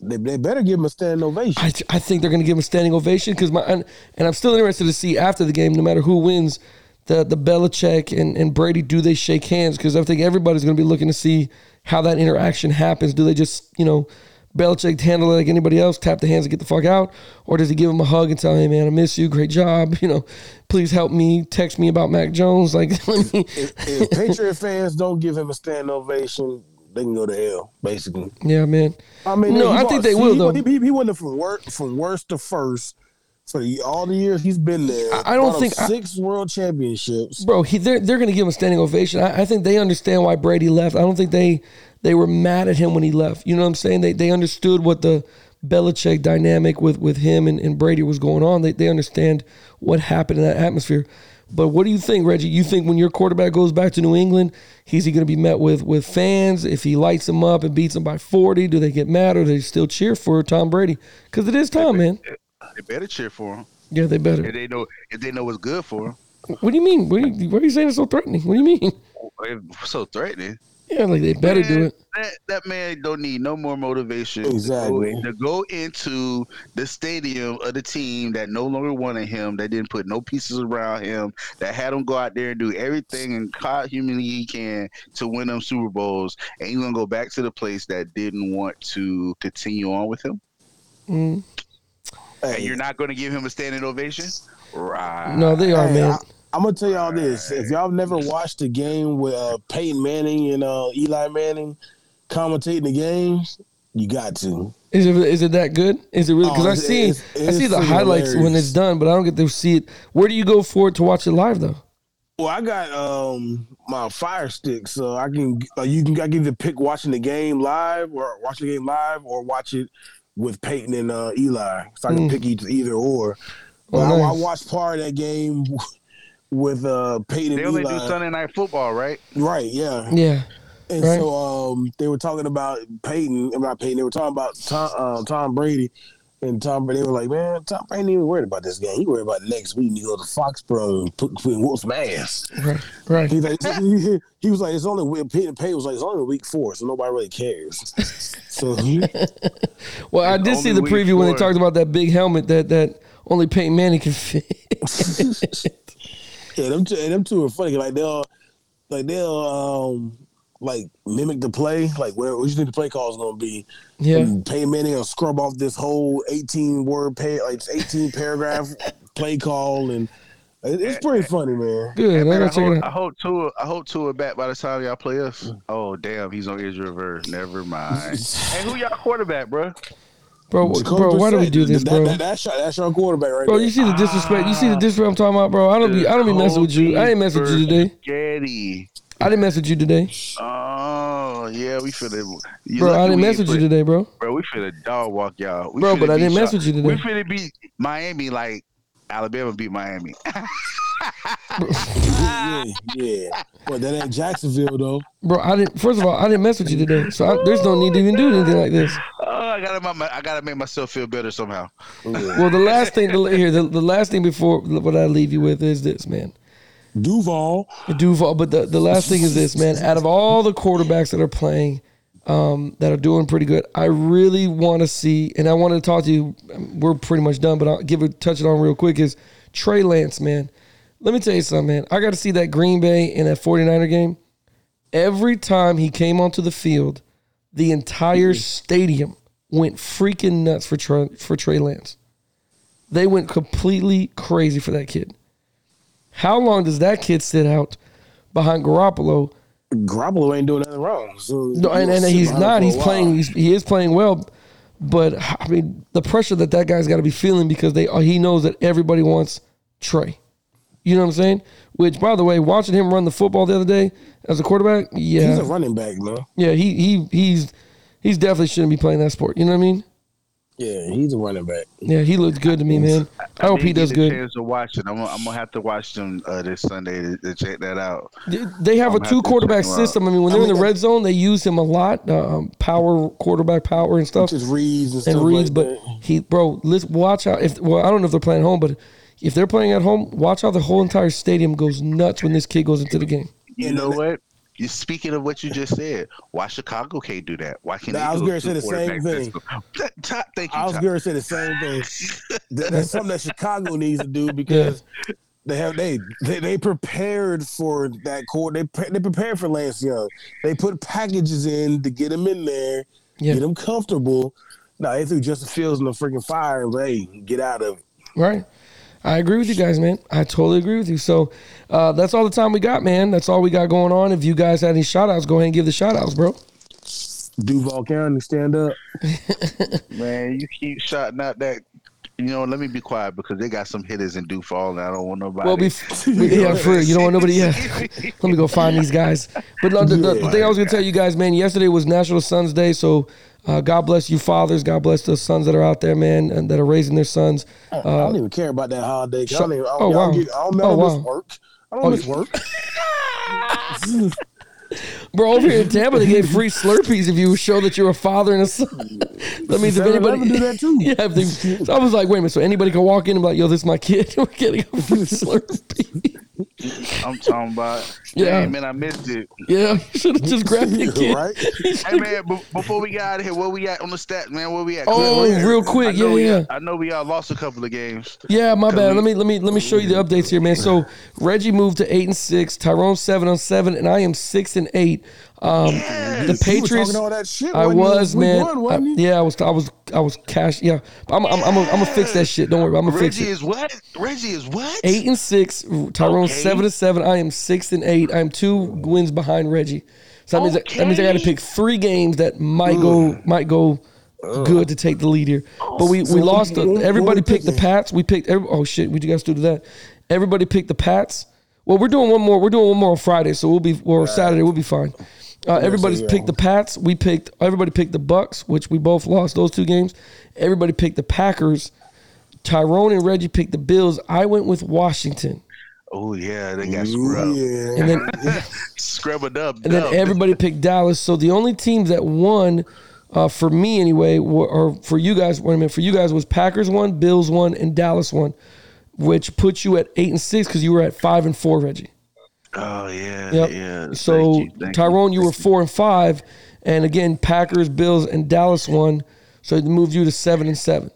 F: They, they better give him a standing ovation.
D: I, I think they're going to give him a standing ovation because my and, and I'm still interested to see after the game, no matter who wins, the the Belichick and, and Brady do they shake hands? Because I think everybody's going to be looking to see how that interaction happens. Do they just you know Belichick handle it like anybody else, tap the hands and get the fuck out, or does he give him a hug and tell him, "Hey, man, I miss you, great job, you know, please help me, text me about Mac Jones, like let me-
F: if, if Patriot fans don't give him a standing ovation, they can go to hell, basically.
D: yeah, man,
F: I mean,
D: No,
F: he
D: I think
F: bought-
D: they
F: see,
D: will,
F: he-
D: though.
F: He, he, he went from worst from worst to first for the, all the years he's been there.
D: I- I don't
F: Brought up
D: think I-
F: six world championships.
D: bro. He, they're they're going to give him a standing ovation. I, I think they understand why Brady left. I don't think they they were mad at him when he left. You know what I'm saying? They they understood what the Belichick dynamic with with him and, and Brady was going on. They they understand what happened in that atmosphere. But what do you think, Reggie? You think when your quarterback goes back to New England, he's he going to be met with with fans? If he lights them up and beats them by 40, do they get mad or they still cheer for Tom Brady? Because it is Tom, man.
G: They better cheer for him
D: Yeah, they
G: if
D: better.
G: they know if they know what's good for him.
D: What do you mean? What, do you, what are you saying? It's so threatening. What do you mean?
G: If- so threatening.
D: Yeah, like they better do it.
G: That, that man don't need no more motivation
D: Oh,
F: Exactly.
G: to, go, to go into the stadium of the team that no longer wanted him, that didn't put no pieces around him, that had him go out there and do everything and caught humanly he can to win them Super Bowls, and you gonna go back to the place that didn't want to continue on with him,
D: Mm.
G: and you're not gonna give him a standing ovation, right?
D: No, they are,
F: Hey,
D: man.
F: I, am gonna tell y'all this: if y'all never watched the game with uh, Peyton Manning and uh, Eli Manning commentating the games, you got to.
D: Is it is it that good? Is it really? Because
F: Oh,
D: I
F: it's-
D: see
F: it's-
D: I
F: it's
D: see the
F: freaking
D: highlights when
F: hilarious.
D: it's done, but I don't get to see it. Where do you go for it to watch it live though?
F: Well, I got um my Fire Stick, so I can uh, you can I can either pick watching the game live or watch the game live or watch it with Peyton and uh, Eli. So I can
D: Mm.
F: pick either, either or.
D: Oh,
F: But I, I
D: nice.
F: watched part of that game with uh Peyton and
G: They only do
F: Eli.
G: Sunday night football, right?
F: right? Yeah.
D: Yeah,
F: And
D: Right.
F: so um, they were talking about Peyton, about Peyton. They were talking about Tom, uh, Tom Brady, and Tom Brady. They were like, "Man, Tom Brady ain't even worried about this game. He worried about next week. He go to Foxborough and put and whoop some ass."
D: right, right.
F: He's like, he, he was like, "It's only Peyton. Peyton was like, it's only week four, so nobody really cares." so he,
D: Well, I did see
G: only
D: the
G: week
D: preview when they
G: four.
D: talked about that big helmet that that only Peyton Manning can fit.
F: yeah, them two, and them two are funny. Like they'll, like they'll, um, like mimic the play, like where what you think the play call is gonna be.
D: yeah,
F: and Peyton Manning will scrub off this whole eighteen word pay like eighteen paragraph play call and it- it's pretty funny, man.
D: good. I
G: Man, I
D: gotta check
G: hope,
D: it
G: I
D: out.
G: hope Tua. I hope Tua back by the time y'all play us. Oh damn, he's on Israel verse. Never mind. hey, who y'all quarterback, bro?
D: Bro, wh- bro, why do we do this,
F: That-
D: bro?
F: that- that's, your, that's your quarterback right
D: Bro,
F: there.
D: you see the disrespect. You see the disrespect I'm talking about, bro. I don't be I don't be messing with you. I ain't messing with you today.
G: Getty.
D: I didn't mess with you today,
G: Oh yeah, we finna. You
D: bro.
G: lucky
D: I didn't
G: we
D: mess with you
G: put-
D: today, bro.
G: Bro, we finna dog walk y'all. We
D: Bro,
G: finna
D: but I
G: beat
D: didn't mess
G: y'all.
D: with you today.
G: We finna beat Miami like Alabama beat Miami.
F: yeah, yeah. But that ain't Jacksonville though.
D: Bro, I didn't. First of all, I didn't mess with you today, so I, there's no need to even do anything like this.
G: Oh, I gotta, my, I gotta make myself feel better somehow.
D: Well, the last thing to, here, the, the last thing before what I leave you with is this, man.
F: Duval.
D: Duval, but the, the last thing is this, man. Out of all the quarterbacks that are playing, um, that are doing pretty good, I really want to see, and I want to talk to you. um, We're pretty much done, but I'll give a touch it on real quick. Is Trey Lance, man? Let me tell you something, man. I got to see that Green Bay and that 49er game. Every time he came onto the field, the entire stadium went freaking nuts for Trey, for Trey Lance. They went completely crazy for that kid. How long does that kid sit out behind Garoppolo?
F: Garoppolo ain't doing nothing wrong. So
D: No, and, and he's not. He's playing. He's, he is playing well, but I mean the pressure that that guy's got to be feeling because they he knows that everybody wants Trey. You know what I'm saying? Which, by the way, watching him run the football the other day as a quarterback, yeah,
F: He's a running back, man.
D: yeah, he he he's he's definitely shouldn't be playing that sport. You know what I mean?
F: Yeah, he's a running back.
D: Yeah, he looked good to me, man. I hope
G: didn't
D: he
G: get
D: does
G: the
D: good.
G: Chance to watch it. I'm, gonna- I'm gonna have to watch them uh, this Sunday to, to check that out.
D: They- They have
G: I'm
D: a
G: happy
D: two
G: to check
D: quarterback
G: him out.
D: system. I mean, when they're in the red zone, they use him a lot. Um, power quarterback power and stuff.
F: Just reads and,
D: and
F: stuff
D: Reeves,
F: like
D: but
F: that.
D: he, bro, let's watch out. If well, I don't know if they're playing home, but if they're playing at home, watch out. The whole entire stadium goes nuts when this kid goes into the game.
G: You
F: And
G: know
F: then-
G: what? You speaking of what you just said, why Chicago can't do that? Why can't
F: Nah,
G: they
F: I was
G: do
F: gonna
G: a
F: say the
G: two-quarterback
F: same thing.
G: system? That- Todd, thank you.
F: I was
G: Todd.
F: going to say the same thing. That- That's something that Chicago needs to do because they have they, they they prepared for that court. They pre- they prepared for Lance Young. They put packages in to get him in there,
D: Yeah.
F: get him comfortable. No, they threw Justin Fields in the freaking fire. But, hey, get out of it.
D: Right. I agree with you guys, man. I totally agree with you. So uh, that's all the time we got, man. That's all we got going on. If you guys had any shout outs, go ahead and give the shout outs, bro.
F: Duval County, stand up.
G: Man, you keep shouting out that. You know, let me be quiet because they got some hitters in Duval, and I don't want nobody.
D: Well, be yeah, for real. You don't want nobody. Yeah, let me go find these guys. But no, the, the, the thing I was gonna tell you guys, man, yesterday was National Sons Day, so uh, God bless you fathers. God bless the sons that are out there, man, and that are raising their sons.
F: I don't even care about that holiday. 'cause I don't, even, I don't,
D: oh,
F: I don't
D: wow.
F: get- I don't, I
D: Oh,
F: don't
D: wow.
F: miss work. I
D: Oh,
F: don't miss
D: you-
F: work.
D: Bro, over here in Tampa, they gave free Slurpees if you show that you're a father and a son. That means if
F: 7-Eleven
D: anybody
F: do that too.
D: yeah, if they, so I was like, wait a minute. So anybody can walk in and be like, yo, this is my kid. We're getting a free Slurpee.
G: I'm talking about.
D: Yeah.
G: Yeah, man, I missed it.
D: yeah, you should have just grabbed your kid.
F: right?
G: Hey man, be- before we get out of here, where we at on the stats, man? Where we at?
D: Oh,
G: Cliff, where-
D: real quick,
G: I know
D: yeah,
G: we-
D: yeah.
G: I know we all lost a couple of games.
D: Yeah, my bad.
G: we-
D: Let me let me let me show you the updates here, man. So Reggie moved to eight and six, Tyrone seven on seven, and I am six and eight. Um, the
F: You was
D: Patriots.
F: talking all that shit.
D: I
F: wasn't you?
D: was
F: We
D: man.
F: won,
D: I-
F: wasn't you?
D: yeah, I was. I was. I was cash. Yeah, I'm. I'm. I'm. gonna fix that shit. Don't worry. I'm gonna fix
G: Reggie
D: it.
G: is what? Reggie is what?
D: Eight and six. Tyrone
G: Okay.
D: seven and seven. I am six and eight. I'm two wins behind Reggie. So that means I, that means I got to
G: Okay.
D: pick three games that might go might go good to take the lead here. But we, we lost. the-
F: what- what
D: everybody
F: we
D: picked the
F: picking?
D: Pats. We picked. Every, oh shit! We guys do that. Everybody picked the Pats. Well, we're doing one more. We're doing one more on Friday, so we'll be or Saturday. We'll be fine. Uh, everybody's picked the Pats. We picked. Everybody picked the Bucks, which we both lost those two games. Everybody picked the Packers. Tyrone and Reggie picked the Bills. I went with Washington,
G: Oh yeah, they got scrubbed.
F: Yeah.
D: and then
G: Scrubbed up.
D: and then
G: dubbed.
D: everybody picked Dallas. So the only teams that won, uh, for me anyway, were, or for you guys, wait a minute, for you guys was Packers one, Bills one, and Dallas one, which put you at eight and six because you were at five and four, Reggie.
G: Oh yeah,
D: Yep.
G: yeah. Thank
D: so
G: you, thank
D: Tyrone, you were four and five, and again Packers, Bills, and Dallas won, so it moved you to seven and seven.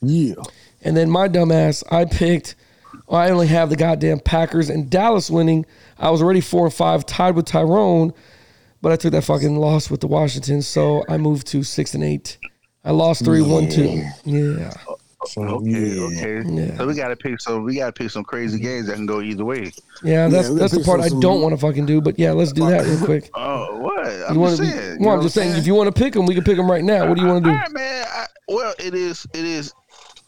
F: Yeah.
D: And then my dumbass, I picked. oh, I only have the goddamn Packers and Dallas winning. I was already four and five, tied with Tyrone, but I took that fucking loss with the Washington, so I moved to six and eight. I lost three, one, two. Yeah,
F: Oh,
G: Okay, okay.
D: Yeah.
G: So we gotta pick some. We gotta pick some crazy games that can go either way.
D: yeah. That's
F: we gotta
D: that's the
F: pick
D: part I
F: some-
D: don't want to fucking do. But yeah, let's do that real quick.
G: Oh, what? I'm
D: You want to
G: just
D: be?
G: saying. you
D: Well,
G: know
D: I'm just
G: what
D: saying. If you want to pick them, we can pick them right now. What do you want to
G: All
D: do?
G: right, man. I, well, it is. It is.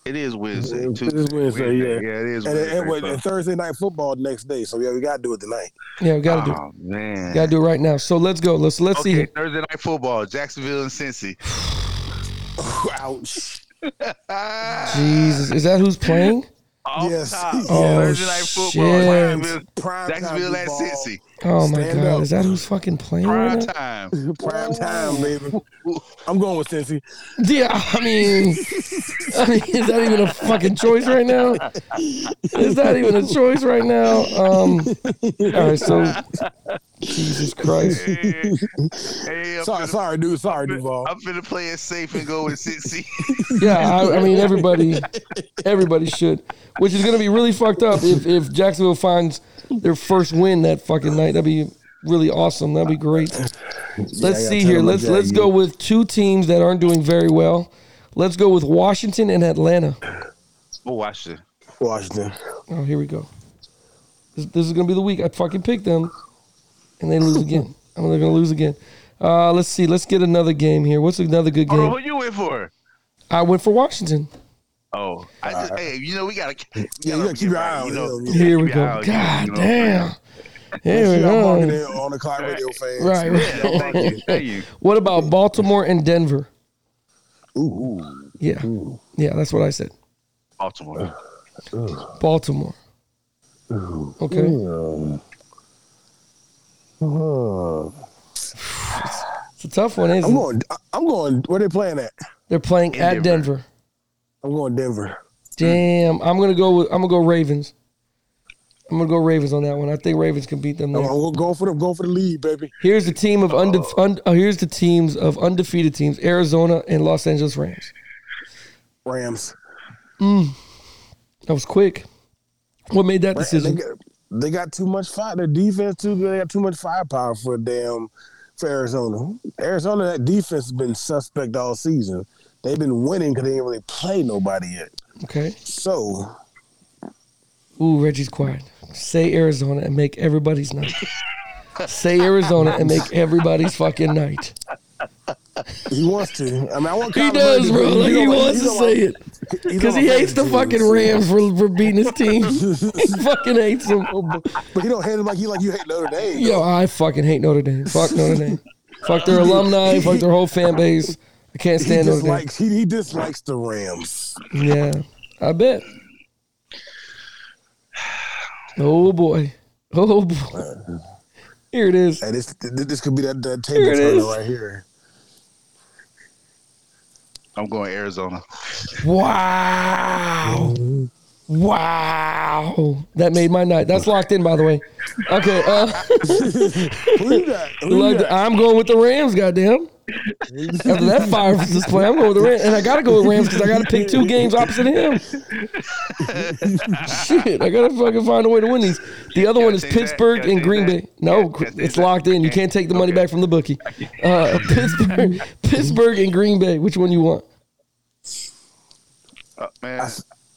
G: It is Wednesday.
F: It is
G: Tuesday,
F: Wednesday, yeah.
G: Yeah, it is
F: And,
G: Wednesday.
F: and,
G: so-
F: and Thursday night football the next day. So yeah, we gotta do it tonight.
D: Yeah, we gotta do. it.
G: oh man.
D: Gotta do it right now. So let's go. Let's let's see
G: okay,
D: here.
G: Thursday night football, Jacksonville and Cincy.
F: Ouch.
D: Jesus, is that who's playing?
G: off
F: Yes.
G: top.
F: Oh,
G: Thursday night football.
D: shit.
G: Jacksonville,
F: Prime time
G: Jacksonville at
F: football.
G: Cincy.
D: Oh my
F: Stand
D: god,
F: up.
D: is that who's fucking playing
G: Prime
D: right now?
G: time.
F: Prime time, baby. I'm going with Cincy.
D: Yeah, I mean, I mean, is that even a fucking choice right now? Is that even a choice right now? Um, all right, so Jesus Christ,
G: Hey, hey, I'm,
F: Sorry,
G: finna,
F: sorry, dude. Sorry, Duval.
G: I'm finna play it safe and go with Cincy.
D: yeah, I, I mean, everybody, everybody should, which is gonna be really fucked up if if Jacksonville finds their first win that fucking night. That'd be really awesome. That'd be great. Let's see here. Let's let's go with two teams that aren't doing very well. Let's go with Washington and Atlanta.
G: oh, Washington.
F: Washington.
D: Oh, here we go. This, this is gonna be the week I fucking pick them, and they lose again. I'm gonna- gonna lose again. Uh, let's see. Let's get another game here. What's another good
G: Hold on,
D: game?
G: who you in for?
D: I went for Washington.
G: Oh, I just, hey, you know we gotta, we
F: Yeah, you gotta keep your eye on
G: you
F: him.
G: know,
F: You
D: Here we
G: Yeah,
D: go.
G: I'll give
D: God
G: you the-
D: damn. Here we
F: gotta market
D: go.
F: it on the car radio fans.
D: Right,
G: yeah,
D: right.
G: thank you, thank you.
D: What about Baltimore and Denver?
F: Ooh, ooh.
D: Yeah, yeah. That's what I said.
G: Baltimore.
D: Baltimore. Okay. It's a tough one,
F: I'm
D: isn't it?
F: going. I'm going. Where they playing at?
D: They're playing
G: In
D: at
G: Denver.
D: Denver.
F: I'm going Denver.
D: Damn, I'm gonna go with I'm gonna go Ravens. I'm gonna go Ravens on that one. I think Ravens can beat them.
F: I'm,
D: There.
F: I'm going for the go for the lead, baby.
D: Here's the team of unde- un- uh, here's the teams of undefeated teams: Arizona and Los Angeles Rams.
F: Rams.
D: That was quick. What made that
F: They
D: decision?
F: got, they got too much fire. Their defense too good. They got too much firepower for damn for Arizona. Arizona, that defense has been suspect all season. They've been winning because they ain't really play nobody yet.
D: Okay.
F: So
D: Ooh, Reggie's quiet. Say Arizona and make everybody's night. Say Arizona and make everybody's fucking night.
F: he wants to. I mean, I want.
D: He
F: Kyler
D: does,
F: Murray,
D: bro.
F: but
D: Like he
F: don't want-
D: wants to
F: don't want-
D: say it
F: don't
D: because
F: want
D: he hates the
F: Patriots.
D: fucking Rams for, for beating his team. He fucking hates them.
F: But he don't hate him like he like you hate Notre Dame.
D: Yo, I fucking hate Notre Dame. Fuck Notre Dame. Fuck their alumni. Fuck their whole fan base. I can't
F: He
D: stand Notre Dame.
F: dislikes he, he dislikes the Rams.
D: Yeah, I bet. Oh boy. Oh boy. Here it is.
F: And this th- this could be that, that
D: Here
F: table
D: it
F: turner
D: is.
F: right here.
G: I'm going Arizona.
D: Wow. Wow. That made my night. That's locked in, by the way. Okay. Uh,
F: Who you got? Who you
D: look,
F: got?
D: I'm going with the Rams, goddamn. After that fire display, I'm going with the Rams. And I got to go with Rams because I got to pick two games opposite him. Shit, I got to fucking find a way to win these. The other one is
G: say that.
D: Pittsburgh
G: Gotta
D: and
G: say
D: Green
G: that.
D: Bay. No,
G: Gotta say
D: it's
G: that.
D: locked in. You can't take the money
G: Okay.
D: back from the bookie. Uh, Pittsburgh, Pittsburgh and Green Bay. Which one you want?
G: Uh, man,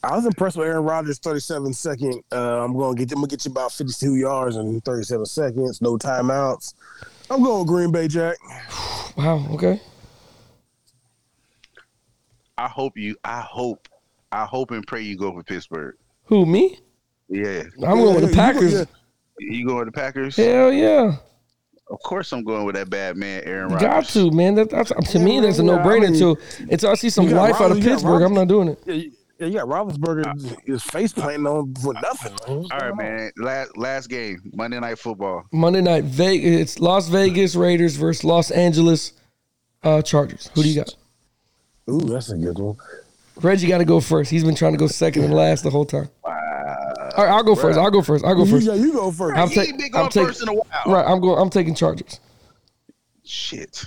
F: I was impressed with Aaron Rodgers' 37 second. Uh, I'm going to get I'm gonna get you about 52 yards in 37 seconds, no timeouts. I'm going with Green Bay, Jack.
D: Wow. Okay.
G: I hope you. I hope. I hope and pray you go for Pittsburgh.
D: Who me?
G: Yeah,
D: I'm going with the
F: Yeah, yeah,
D: Packers.
F: yeah.
G: you going with the Packers?
D: Hell yeah.
G: Of course, I'm going with that bad man, Aaron
D: You got
G: Rodgers.
D: to, man. That, that's, to me,
F: Yeah,
D: that's a
F: yeah, I
D: no brainer,
F: mean,
D: too. Until I see some
F: you got
D: life out of
F: Rodgers, you got
D: Pittsburgh, I'm
F: Rodgers.
D: not doing it.
F: Yeah, you- yeah, you got Roethlisberger is face planting on for nothing. man.
G: All right, man. Last last game, Monday Night Football.
D: Monday night, Vegas. It's Las Vegas Raiders versus Los Angeles uh, Chargers. Who do you got?
F: Ooh, that's a good one.
D: Reggie got to go first. He's been trying to go second and last the whole time. Wow. All right, I'll go first. I'll go first. I'll go
F: You,
D: first.
F: yeah, you go first.
D: I'm
G: He
D: taking.
G: ain't been
D: I'm
G: going
D: taking.
G: first in a while.
D: Right, I'm going. I'm taking Chargers.
G: Shit.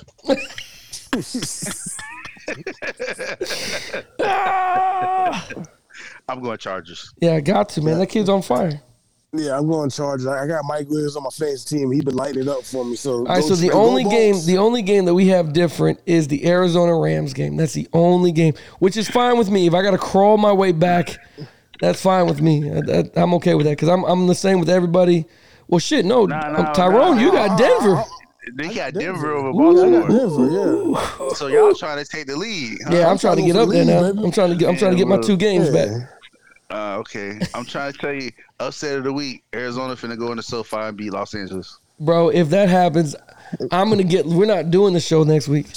G: I'm going Chargers.
D: Yeah, I got to man. That kid's on fire.
F: yeah, I'm going Chargers. I I got Mike Williams on my fantasy team. He been lighting it up for me. So,
D: All right, so the only game, the only game that we have different is the Arizona Rams game. That's the only game, which is fine with me. If I got to crawl my way back, that's fine with me. I, am okay with that because I'm I'm the same with everybody. Well, shit, no, um,
G: no,
D: Tyrone,
G: no,
D: you got Denver.
G: They got Denver over
F: Denver,
G: Baltimore,
F: yeah.
G: so y'all trying to take the lead. huh?
D: yeah, I'm trying to get up there
F: lead,
D: now.
F: baby.
D: I'm trying to get I'm trying to get my two games back.
G: Uh, okay, I'm trying to tell you, upset of the week, Arizona finna go into SoFi and beat Los Angeles.
D: Bro, if that happens, I'm gonna get. We're not doing the show next week.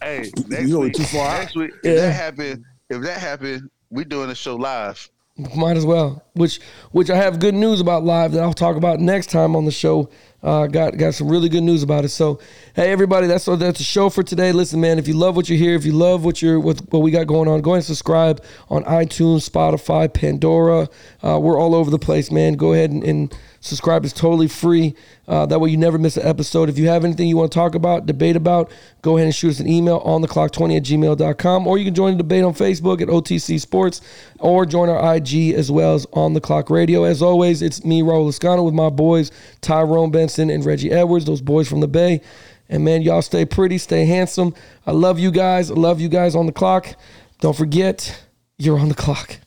G: Hey, next
F: going
G: week,
F: too far out.
G: next week,
D: Yeah.
G: if that happened, if that happened, We're doing a show live.
D: Might as well. Which which I have good news about live that I'll talk about next time on the show. Uh, got got some really good news about it. So hey everybody, that's so that's the show for today. Listen, man, if you love what you hear, if you love what you're what, what we got going on, go ahead and subscribe on iTunes, Spotify, Pandora. Uh, we're all over the place, man. Go ahead and, and subscribe. It's totally free. Uh, that way you never miss an episode. If you have anything you want to talk about, debate about, go ahead and shoot us an email on the clock 20 at gmail.com or you can join the debate on Facebook at OTC Sports or join our IG as well as on the clock radio. As always, it's me, Raul Lascano, with my boys Tyrone Benson and Reggie Edwards, those boys from the Bay. And man, y'all stay pretty, stay handsome. I love you guys. I love you guys on the clock. Don't forget, you're on the clock.